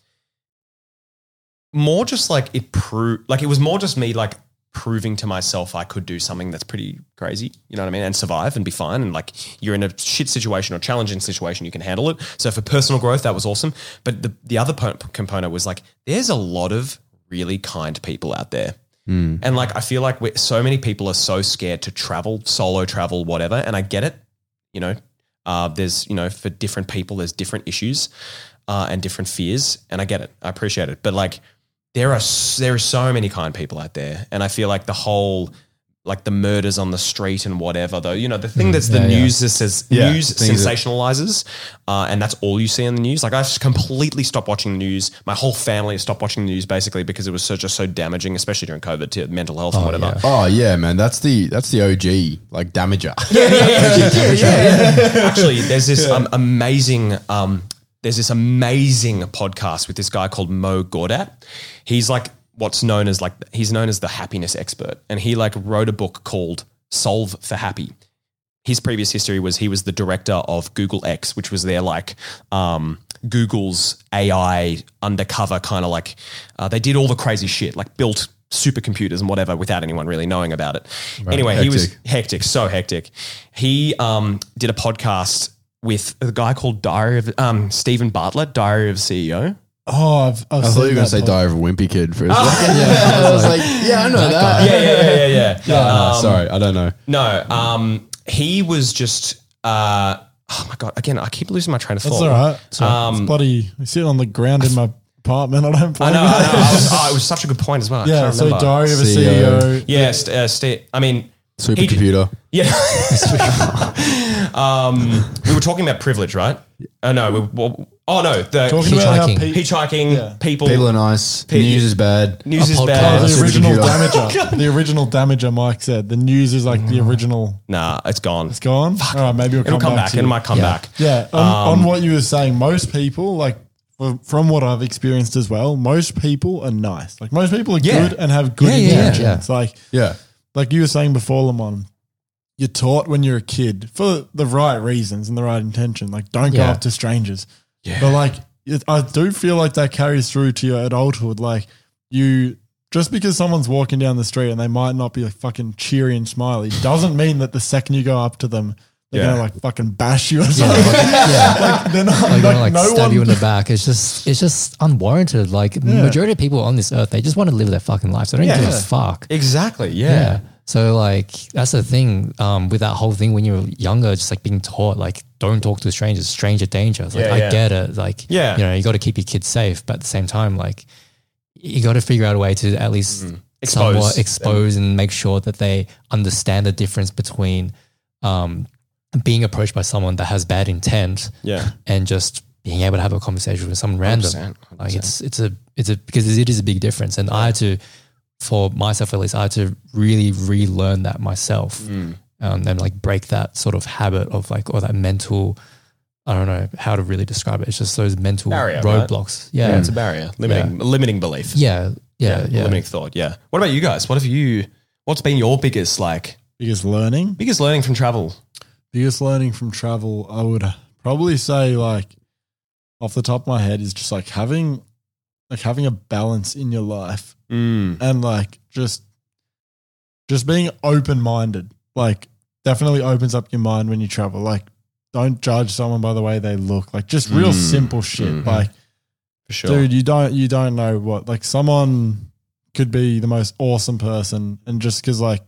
C: more just like it proved like it was more just me like proving to myself I could do something that's pretty crazy, you know what I mean, and survive and be fine and like you're in a shit situation or challenging situation you can handle it. So for personal growth that was awesome, but the the other po- component was like there's a lot of really kind people out there.
D: Mm.
C: And like, I feel like we so many people are so scared to travel, solo travel, whatever. And I get it. You know, uh, there's, you know, for different people, there's different issues uh, and different fears. And I get it. I appreciate it. But like, there are, s- there are so many kind people out there. And I feel like the whole, like the murders on the street and whatever, though, you know, the thing that's the news that says
D: Mm. Yeah,
C: news
D: things that-
C: sensationalizes. Uh, and that's all you see in the news. Like I just completely stopped watching the news. My whole family stopped watching the news basically because it was so, just so damaging, especially during COVID to mental health and whatever. <laughs>
D: Oh yeah, man. That's the that's the OG like damager.
C: Actually, there's this um, amazing. Um, there's this amazing podcast with this guy called Mo Gordat. He's like what's known as like he's known as the happiness expert, and he like wrote a book called "Solve for Happy." His previous history was he was the director of Google X, which was their like um, Google's AI undercover kind of like uh, they did all the crazy shit, like built supercomputers and whatever without anyone really knowing about it. Anyway, he was hectic, so hectic. He um, did a podcast with a guy called Diary of um, Stephen Bartlett, Diary of E a CEO.
A: Oh, I've, I've
D: <laughs> I
A: seen
D: thought you were gonna
A: that
D: say
A: pod-
D: die of a wimpy kid for a second. Ah. <laughs> yeah, I was like, yeah, I know that.
C: Yeah, yeah, yeah, yeah, yeah.
D: <laughs>
C: Um,
D: Ah, sorry, I don't know.
C: <laughs> No, um, he was just. Uh, oh my god! Again, I keep losing my train of thought.
A: That's all right. It's
C: Um,
A: bloody I sit on the ground in my apartment. I don't blame
C: I know. I know.
A: you. <laughs>
C: I was, oh, it was such a good point as well. I
A: Yeah,
C: can't
A: so
C: remember.
A: Diary of a E
D: CEO.
A: CEO.
C: Yeah, st- uh, st- I mean, He-
D: Supercomputer.
C: yeah. <laughs> um, we were talking about privilege, right? Oh no. We, well, oh no. The
A: Talking about how
B: Hitchhiking.
A: pe-
C: hitchhiking people.
D: People are nice. News is bad.
C: news is
B: podcast.
A: Oh,
C: bad.
A: the
D: the
A: original
D: <laughs> computer.
A: damager. the original damager, Mike said. The news is like
D: Mm.
A: the original.
C: Nah, it's gone.
A: It's gone. All right, maybe it'll,
C: It'll come back. Um,
A: to
C: It
A: you.
C: might come back.
A: Yeah, on, on what you were saying, most people like f- from what I've experienced as well, most people are nice. Like most people are
C: Yeah.
A: good and have good
B: Yeah, yeah, yeah.
A: intentions. Like
D: Yeah.
A: like you were saying before, Lamont, you're taught when you're a kid for the right reasons and the right intention. Like, don't go
B: Yeah.
A: up to strangers. But like, it, I do feel like that carries through to your adulthood. Like, you just because someone's walking down the street and they might not be like fucking cheery and smiley doesn't mean that the second you go up to them, they're
C: Yeah.
A: gonna like fucking bash you or
C: <laughs>
A: something. <laughs> like, they're not
B: They're
A: like,
B: gonna like
A: no
B: stab
A: one.
B: you in the back. It's just it's just unwarranted. Like majority of people on this earth, they just want to live their fucking lives. They don't
C: Yeah.
B: give a fuck.
C: Exactly.
B: Yeah.
C: Yeah.
B: So like that's the thing um, with that whole thing when you're younger, just like being taught like don't talk to strangers, stranger danger. It's Like
C: Yeah,
B: I
C: yeah.
B: get it, like
C: Yeah.
B: you know you got to keep your kids safe, but at the same time like you got to figure out a way to at least
C: Mm-hmm. Expose
B: somewhat
C: them.
B: expose and make sure that they understand the difference between um, being approached by someone that has bad intent
C: Yeah.
B: and just being able to have a conversation with someone random.
C: 100%,
B: Like it's it's a it's a because it is a big difference, and I had to, for myself at least, I had to really relearn that myself,
C: Hmm.
B: um, and like break that sort of habit of like or that mental. I don't know how to really describe it. It's just those mental
C: Barrier, right?
B: roadblocks. Yeah.
C: it's a barrier, limiting limiting belief.
B: yeah, yeah, yeah,
C: limiting thought. Yeah. What about you guys? What have you? What's been your biggest like
A: Biggest learning?
C: biggest learning from travel?
A: biggest learning from travel, I would probably say like off the top of my head is just like having like having a balance in your life
C: Mm.
A: and like just just being open minded. Like definitely opens up your mind when you travel. Like don't judge someone by the way they look. Like just real
C: Mm.
A: simple shit.
C: Mhm.
A: Like
C: For sure.
A: Dude, you don't you don't know what like someone could be the most awesome person, and just because like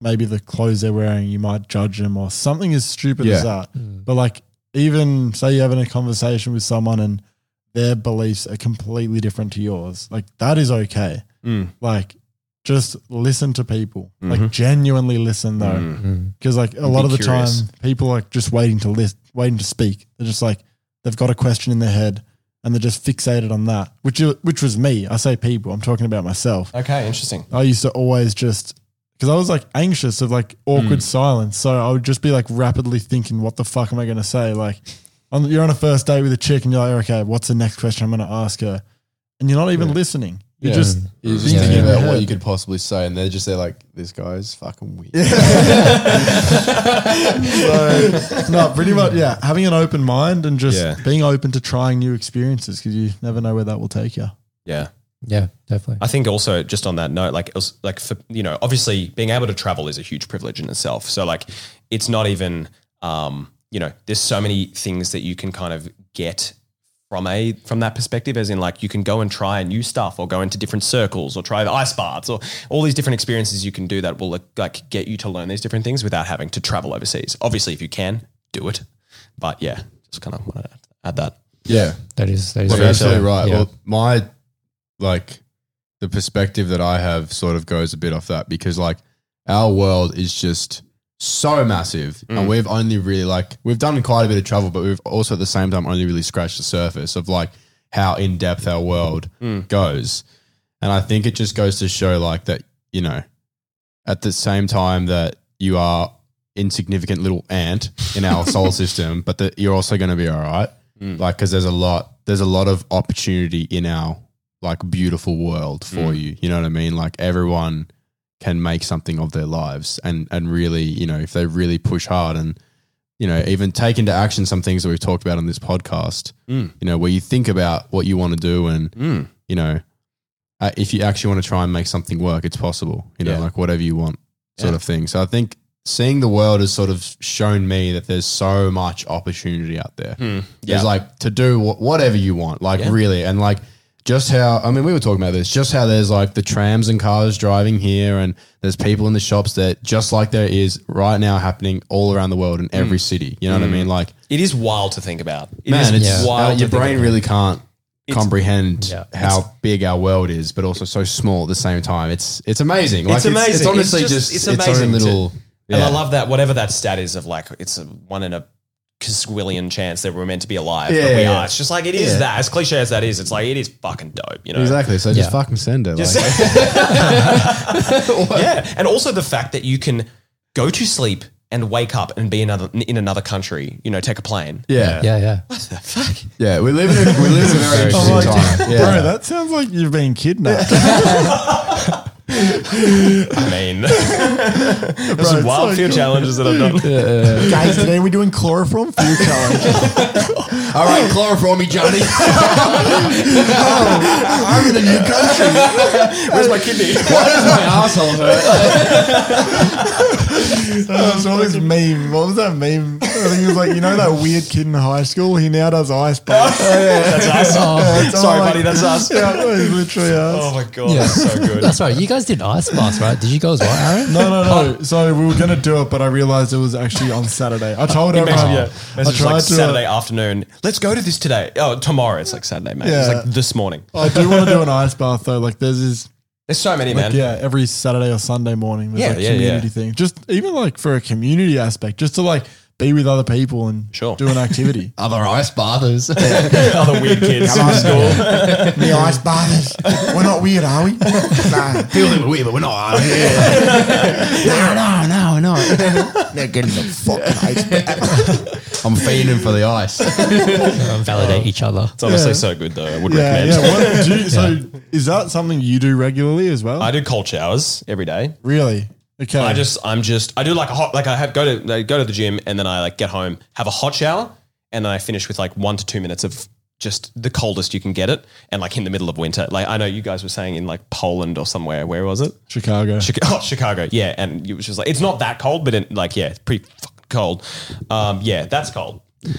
A: maybe the clothes they're wearing, you might judge them or something as stupid as that.
B: Mm.
A: But like even say you're having a conversation with someone and their beliefs are completely different to yours, like that is okay.
C: Mm.
A: Like just listen to people,
C: Mhm.
A: like genuinely listen though
B: Mm.
A: because like a lot
C: be
A: of the
C: curious.
A: time people are just waiting to list waiting to speak they're just like they've got a question in their head and they're just fixated on that which is- which was me i say people i'm talking about myself
C: Okay, interesting.
A: i used to always just because i was like anxious of like awkward
D: Hmm.
A: silence so i would just be like rapidly thinking what the fuck am i going to say like on, you're on a first date with a chick and you're like okay what's the next question i'm going to ask her and you're not even listening you're
D: Yeah.
A: just
D: You're just
B: Yeah.
D: thinking
B: Yeah.
D: about what you could possibly say, and they're just there like, this guy's fucking weird.
A: So, <laughs> no, pretty much, yeah. Having an open mind and just
C: Yeah.
A: being open to trying new experiences because you never know where that will take you.
C: Yeah.
B: yeah, definitely.
C: I think also just on that note, like it was like for you know, obviously being able to travel is a huge privilege in itself. So like it's not even um, you know, there's so many things that you can kind of get from a from that perspective, as in like you can go and try new stuff or go into different circles or try the ice baths or all these different experiences you can do that will like, like get you to learn these different things without having to travel overseas. Obviously, if you can, do it. But yeah, just kind of wanted to add that.
D: yeah.
B: That is that is
D: Well,
B: very
D: you're absolutely
B: true.
D: right.
B: Yeah.
D: Well, my like the perspective that I have sort of goes a bit off that because like our world is just so massive, and we've only really like we've done quite a bit of travel, but we've also at the same time only really scratched the surface of like how in depth our world goes, and I think it just goes to show like that you know at the same time that you are insignificant little ant in our solar system, but that you're also going to be all right. Like, because there's a lot, there's a lot of opportunity in our like beautiful world for
C: Mm.
D: you. You know what I mean? Like everyone can make something of their lives, and and really, you know, if they really push hard and you know even take into action some things that we've talked about on this podcast.
C: Mm.
D: You know, where you think about what you want to do and
C: Mm.
D: you know, uh, if you actually want to try and make something work, it's possible, you know,
C: Yeah.
D: like whatever you want sort
C: Yeah.
D: of thing. So I think seeing the world has sort of shown me that there's so much opportunity out there.
C: Mm.
D: There's
C: Yeah.
D: like to do wh- whatever you want, like
C: Yeah.
D: really. And like just how, I mean, we were talking about this, just how there's like the trams and cars driving here and there's people in the shops that just like there is right now happening all around the world in every city. You know what I mean? Like,
C: It is wild to think about. It
D: man,
C: is
D: it's
C: wild.
D: Your
C: to think
D: brain
C: about.
D: really can't comprehend
B: Yeah.
D: how big our world is, but also so small at the same time. It's it's amazing. Like, It's,
C: amazing.
D: honestly
C: It's just-
D: just,
C: it's
D: it's,
C: amazing
D: own little.
C: And
D: yeah.
C: I love that, whatever that stat is of like, it's a one in a squillion chance that we're meant to be alive, but
D: Yeah,
C: we
D: yeah.
C: are. It's just like, it is that. As cliche as that is, it's like, it is fucking dope, you know?
D: exactly. So
B: Yeah.
D: just fucking send it. Like,
C: <laughs> yeah. And also the fact that you can go to sleep and wake up and be another in another country, you know, take a plane.
D: <laughs> yeah, yeah,
B: yeah, yeah.
D: yeah. We live in a, we live in a very
A: <laughs> I'm
D: interesting
A: like,
D: time. Yeah.
A: Bro, that sounds like you've been
D: <laughs>
A: kidnapped.
C: I mean, there's some
A: it's
C: wild
A: so
C: field
A: cool.
C: challenges that I've
B: <laughs>
C: done.
D: <laughs>
A: Guys, today we're doing chloroform food challenge.
D: All right, chloroform me, Johnny. <laughs>
A: I'm in a new country.
C: Where's my kidney?
D: Why does my asshole hurt?
A: There was all <laughs> this meme. What was that meme? I think it was like, you know that weird kid in high school? He now does <laughs> ice baths.
C: That's us.
A: Yeah, it's all
C: Sorry,
A: like- <laughs>
C: buddy, that's us.
A: yeah, it was literally us.
C: Oh my God,
B: Yeah.
C: that's so good.
B: That's right. You guys did ice baths, right? Did you go as well,
A: <laughs>
B: Aaron?
A: No, no, no. So we were going to do it, but I realized it was actually on Saturday. I <laughs> told everyone.
C: yeah.
A: I
C: Message
A: tried
C: like
A: to. uh,
C: Saturday afternoon. Let's go to this today. Oh, tomorrow. It's like Saturday, mate. It's
A: Yeah.
C: like this morning.
A: I do want to do an ice bath though. Like there's this,
C: There's so many, man.
A: yeah, every Saturday or Sunday morning. There's
C: Yeah,
A: like
C: yeah,
A: community
C: yeah.
A: thing. Just even like for a community aspect, just to like be with other people and
C: Sure.
A: do an <laughs> activity.
B: Other ice
D: <laughs>
B: bathers.
A: <laughs>
C: <laughs> Other weird kids.
E: Come on, <laughs> school. Me ice bathers. We're not weird, are we? <laughs> nah.
D: Feel a little weird, but we're not. Yeah.
E: No, no, no,
D: <laughs>
E: no. They're getting the fucking ice bath.
D: I'm feeding for the ice.
B: Validate each other.
C: It's obviously so good though. I would
A: yeah,
C: recommend.
A: yeah. What do you, So is that something you do regularly as well?
C: I do cold showers every day.
A: really? Okay.
C: I just, I'm just, I do like a hot, like I have go to I go to the gym and then I like get home, have a hot shower, and then I finish with like one to two minutes of just the coldest you can get it, and like in the middle of winter. Like I know you guys were saying in like Poland or somewhere. Where was it?
A: Chicago.
C: Chicago, oh, Chicago, yeah. And it was just like it's not that cold, but it, like yeah, it's pretty fucking cold. Um, yeah, that's cold. Um,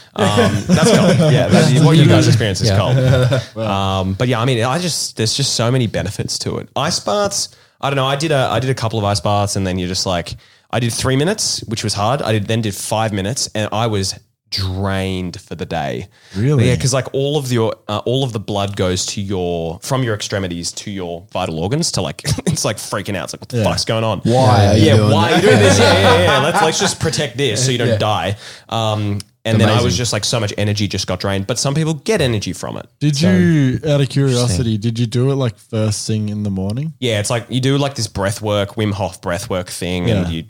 C: that's cold. Yeah, that's, what you guys experience is
B: Yeah.
C: cold. Um, but yeah, I mean, I just there's just so many benefits to it. Ice baths. I don't know. I did a I did a couple of ice baths, and then you're just like I did three minutes, which was hard. I did then did five minutes, and I was drained for the day.
A: Really?
C: Yeah, because like all of your uh, all of the blood goes to your from your extremities to your vital organs to like <laughs> it's like freaking out. It's like what the fuck's going on?
D: Why are you
C: yeah,
D: doing
C: why
D: that?
C: are you doing this? Yeah, yeah, yeah. Let's let's just protect this so you don't die. Um, and then I was
D: Amazing.
C: just like so much energy just got drained. But some people get energy from it.
A: Did you, out of curiosity, did you do it like first thing in the morning?
C: Yeah, it's like you do like this breath work, Wim Hof breath work thing,
A: Yeah.
C: and you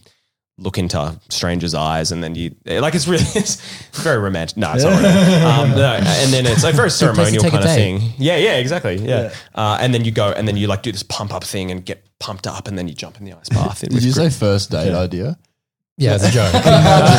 C: look into strangers' eyes, and then you like it's really <laughs> it's very romantic. No, it's not romantic. Um, no, and then it's like very
B: place to
C: ceremonial
B: take a
C: kind of
B: date.
C: thing. Yeah, yeah, exactly. Yeah, Uh, and then you go, and then you like do this pump up thing and get pumped up, and then you jump in the ice bath. It
D: Did
C: was
D: you
C: great.
D: say first date idea?
B: Yeah, it's a joke.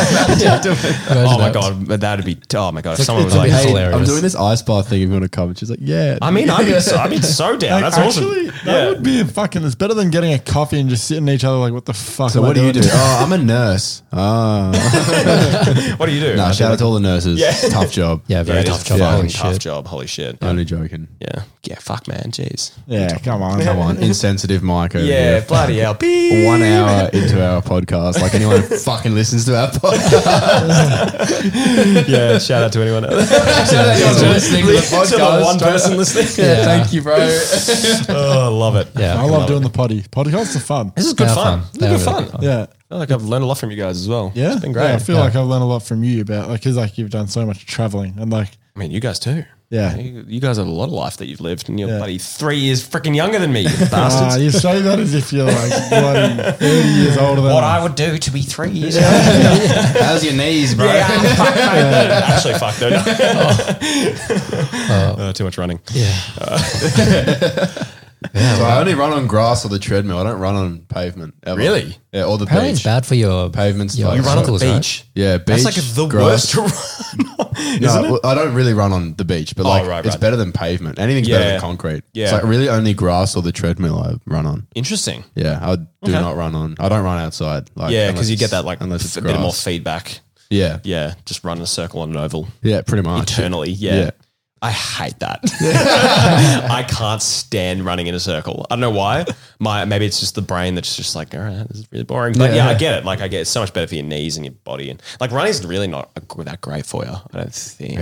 C: <laughs> Oh my god, but that'd be oh my god. If someone was
B: it's
C: like,
B: like,
C: hey,
D: Hey,
B: hilarious.
D: I'm doing this ice bath thing. If you want to come, and she's like, yeah.
C: I mean,
D: <laughs>
C: I'd be so, I'd be <laughs> so down.
A: Like,
C: That's
A: actually, that
C: awesome. Yeah.
A: would be fucking. It's better than getting a coffee and just sitting each other like, what the fuck?
D: So
A: am I
D: what do you
A: doing
D: do? oh, I'm a nurse. Oh,
C: What do you do?
D: nah, shout out to all the nurses.
C: Yeah.
D: Tough job.
B: Yeah,
C: yeah,
B: very
C: it is
B: tough job.
C: fucking
B: Holy
C: tough
B: shit.
C: job. Holy shit.
D: Only joking.
C: Yeah. Yeah. Fuck, man. Jeez.
A: Yeah, come on.
D: Come on, insensitive Mike over
C: Yeah.
D: here.
C: Bloody hell. Beep.
D: One hour into our podcast, like anyone who fucking listens to our podcast.
C: yeah, shout out to anyone <laughs> else.
D: listening to the podcast.
C: to the one person listening.
D: Yeah,
C: <laughs>
D: Thank you, bro.
C: Oh, I love it.
B: Yeah.
A: I love doing the potty. Podcasts are fun.
C: This is good
B: They are
C: fun.
B: fun.
C: This
B: They
C: is
B: are
C: good
B: really good
C: fun.
B: fun.
A: Yeah.
C: I feel like I've learned a lot from you guys as well.
A: Yeah.
C: It's been great.
A: Yeah, I feel like I've learned a lot from you about like, cause like you've done so much traveling and like,
C: I mean, you guys too.
A: Yeah.
C: You, you guys have a lot of life that you've lived, and you're
A: Yeah.
C: bloody three years freaking younger than me, you
A: ah,
C: bastards.
A: you say that as if you're like bloody 30 years older than
C: what
A: us.
C: I would do to be three years younger.
D: How's your knees, bro?
C: Yeah, fuck, mate. <laughs> Actually, fuck, dude. Uh, too much running.
B: Yeah.
D: So I only run on grass or the treadmill. I don't run on pavement. ever.
C: Really?
D: Yeah, or the
B: Apparently it's
D: beach.
B: bad for your
D: Pavement's
B: your
D: like- You run on the
B: ankles, right?
D: Yeah,
C: That's
D: beach.
C: like the worst
D: grass.
C: to run on.
D: No, well, I don't really run on the beach, but like
C: Oh, right, right.
D: it's better than pavement. Anything's better
C: Yeah.
D: than concrete.
C: Yeah.
D: It's like really only grass or the treadmill I run on.
C: Interesting.
D: Yeah, I do not run on. I don't run outside. Like,
C: <laughs> Yeah,
D: unless
C: because you get
D: it's-
C: that like
D: unless it's
C: a bit more
D: grass.
C: feedback.
D: Yeah,
C: Yeah, just run in a circle on an oval.
D: yeah, pretty much.
C: eternally. Yeah.
D: Yeah.
C: I hate <laughs> that. I can't stand running in a circle. I don't know why. My maybe it's just the brain that's just like, all right, this is really boring. But yeah, I get it. Like I get it's so much better for your knees and your body, and like running's really not a good- that great for you. I don't think.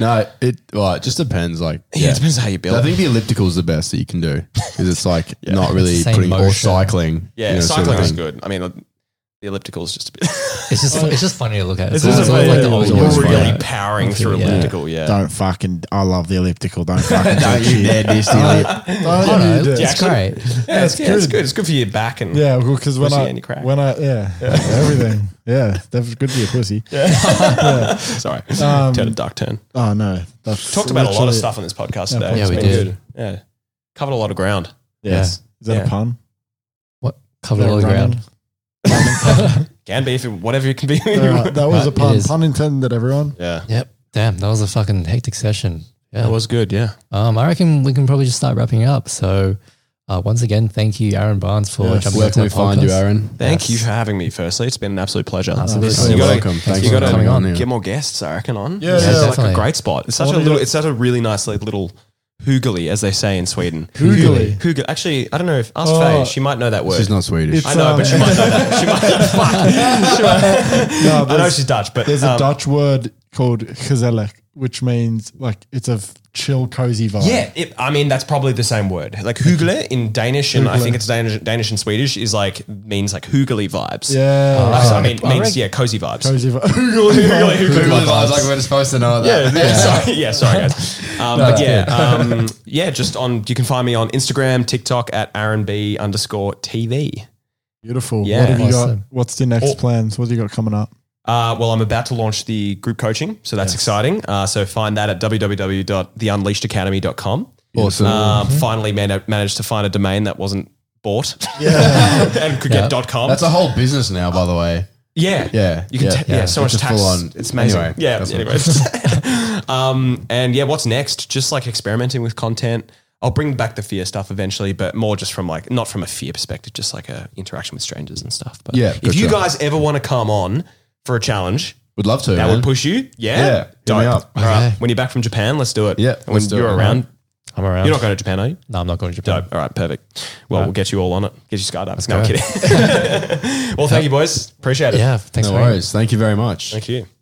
D: No, it well, it just depends. Like,
C: <laughs> Yeah, it depends how you build.
D: I think the elliptical is the best that you can do because it's like not really
B: Same
D: putting or
B: motion.
D: cycling.
C: yeah,
D: you know, sort of
C: cycling is
D: thing.
C: good. I mean, the elliptical is just a <laughs> bit.
B: It's just it's just funny to look at. It's,
C: This
B: always-
C: is
B: it's always
C: like
B: like the old
D: always
B: ones,
D: fun.
C: really
B: right?
C: powering through
B: Yeah.
C: elliptical. Yeah.
E: Don't fucking. I love the elliptical. Don't
A: <laughs>
D: <laughs>
E: fucking.
D: Don't you
C: <laughs>
D: dare diss the
A: Oh,
B: I
A: yeah,
B: don't
A: you
B: know,
A: do.
B: it's
C: actually-
B: great.
C: Yeah, it's, yeah, it's good. It's good for your back and <laughs>
A: Yeah, well, because when
C: Pussy
A: I,
C: and you crack.
A: when I, yeah, <laughs> everything. Yeah, that's good for your pussy.
C: sorry, turn a duck turn.
A: Oh, no. That's
C: Talked about a lot of
A: literally-
C: stuff on this podcast today.
B: Yeah,
C: It's
B: we
C: been
B: did.
C: good. Yeah, covered a lot of ground.
A: Yes. Is that
C: Yeah.
A: a pun?
B: What covered all the ground?
C: Can be if whatever you can be.
A: Uh, that was a
B: It
A: pun.
B: is.
A: Pun intended, everyone.
C: <laughs> yeah.
B: Yep. Damn, that was a fucking hectic session. Yeah.
C: That was good. Yeah.
B: Um, I reckon we can probably just start wrapping up. So, uh, once again, thank you, Aaron Barnes, for
A: Yes.
B: jumping
D: Where
B: onto
D: can we
B: our
D: find you,
B: podcast.
D: Aaron?
C: Thank you for having me. Firstly, it's been an absolute pleasure.
B: Absolutely.
A: Absolutely.
C: You
D: You're
C: gotta-
D: welcome. Thanks
C: you
D: for
C: gotta
D: coming on.
C: Get more guests, I reckon. On
A: Yeah,
C: It's
A: yeah.
C: like
B: Definitely.
C: a great spot. It's such a
A: Audio-
C: little. It's such a really nice like, little hugely, as they say in Sweden.
A: Hugely.
C: Hugel. Actually, I don't know if ask
A: Oh.
C: Faye. She might know that word.
D: She's not Swedish.
A: It's-
C: I know, but she
A: Um,
C: might know that. She might.
D: <laughs>
C: Fuck. She might-
A: No,
C: <laughs> I know
A: there's-
C: she's Dutch, but
A: There's
C: um,
A: a Dutch word called gezellig, which means like it's a f- chill, cozy vibe.
C: Yeah, it, I mean that's probably the same word. Like hygge in Danish, and I think it's Danish, Danish and Swedish is like means like hygely vibes.
A: Yeah.
C: Uh,
D: Oh,
C: so I mean, means yeah, cozy vibes.
A: Cozy vibe.
C: Hygge-
A: <laughs>
C: hygge
D: Google
C: vibes.
D: vibes, like we're supposed to know
C: Yeah,
D: <laughs> that.
C: yeah, sorry, yeah, sorry <laughs> guys. Um, but yeah, um, yeah, just on. You can find me on Instagram, TikTok at Aaron B underscore TV.
A: Beautiful.
C: Yeah.
A: What have you got?
B: Awesome.
A: What's your next
C: Oh.
A: plans? What do you got coming up?
C: Uh, well, I'm about to launch the group coaching, so that's exciting. Uh, so find that at www.theunleashedacademy.com.
D: Awesome.
C: Um, Finally, man- managed to find a domain that wasn't bought <laughs> and could get dot .com.
D: That's a whole business now, by the way.
C: Yeah.
D: Yeah,
C: You can
D: yeah,
C: yeah, yeah,
D: yeah.
C: so much
D: It's a
C: tax.
D: full-on-
C: It's amazing.
D: Anyway,
C: yeah.
D: that's what- <laughs>
C: Anyways. <laughs> um, and yeah, what's next? Just like experimenting with content. I'll bring back the fear stuff eventually, but more just from like not from a fear perspective, just like a interaction with strangers and stuff. But
D: Yeah,
C: if you
D: gotcha.
C: guys ever want to come on for a challenge
D: Would love to.
C: that
D: man.
C: would push you, yeah,
D: Yeah, hit
C: dope.
D: me up.
C: All right,
B: Okay.
C: when you're back from Japan, let's do it.
D: Yeah,
C: when
D: let's do
C: you're
D: it.
C: around,
B: I'm around.
C: you're not going to Japan, are you?
B: no, I'm not going to Japan.
C: Dope. All right, perfect. Well, we'll get you all on it. Get you skydiving. No, I'm
B: go.
D: <laughs>
C: kidding. <laughs> well, thank you, boys. Appreciate it.
B: Yeah, thanks
D: No
B: for having me.
D: worries. Thank you very much.
C: Thank you.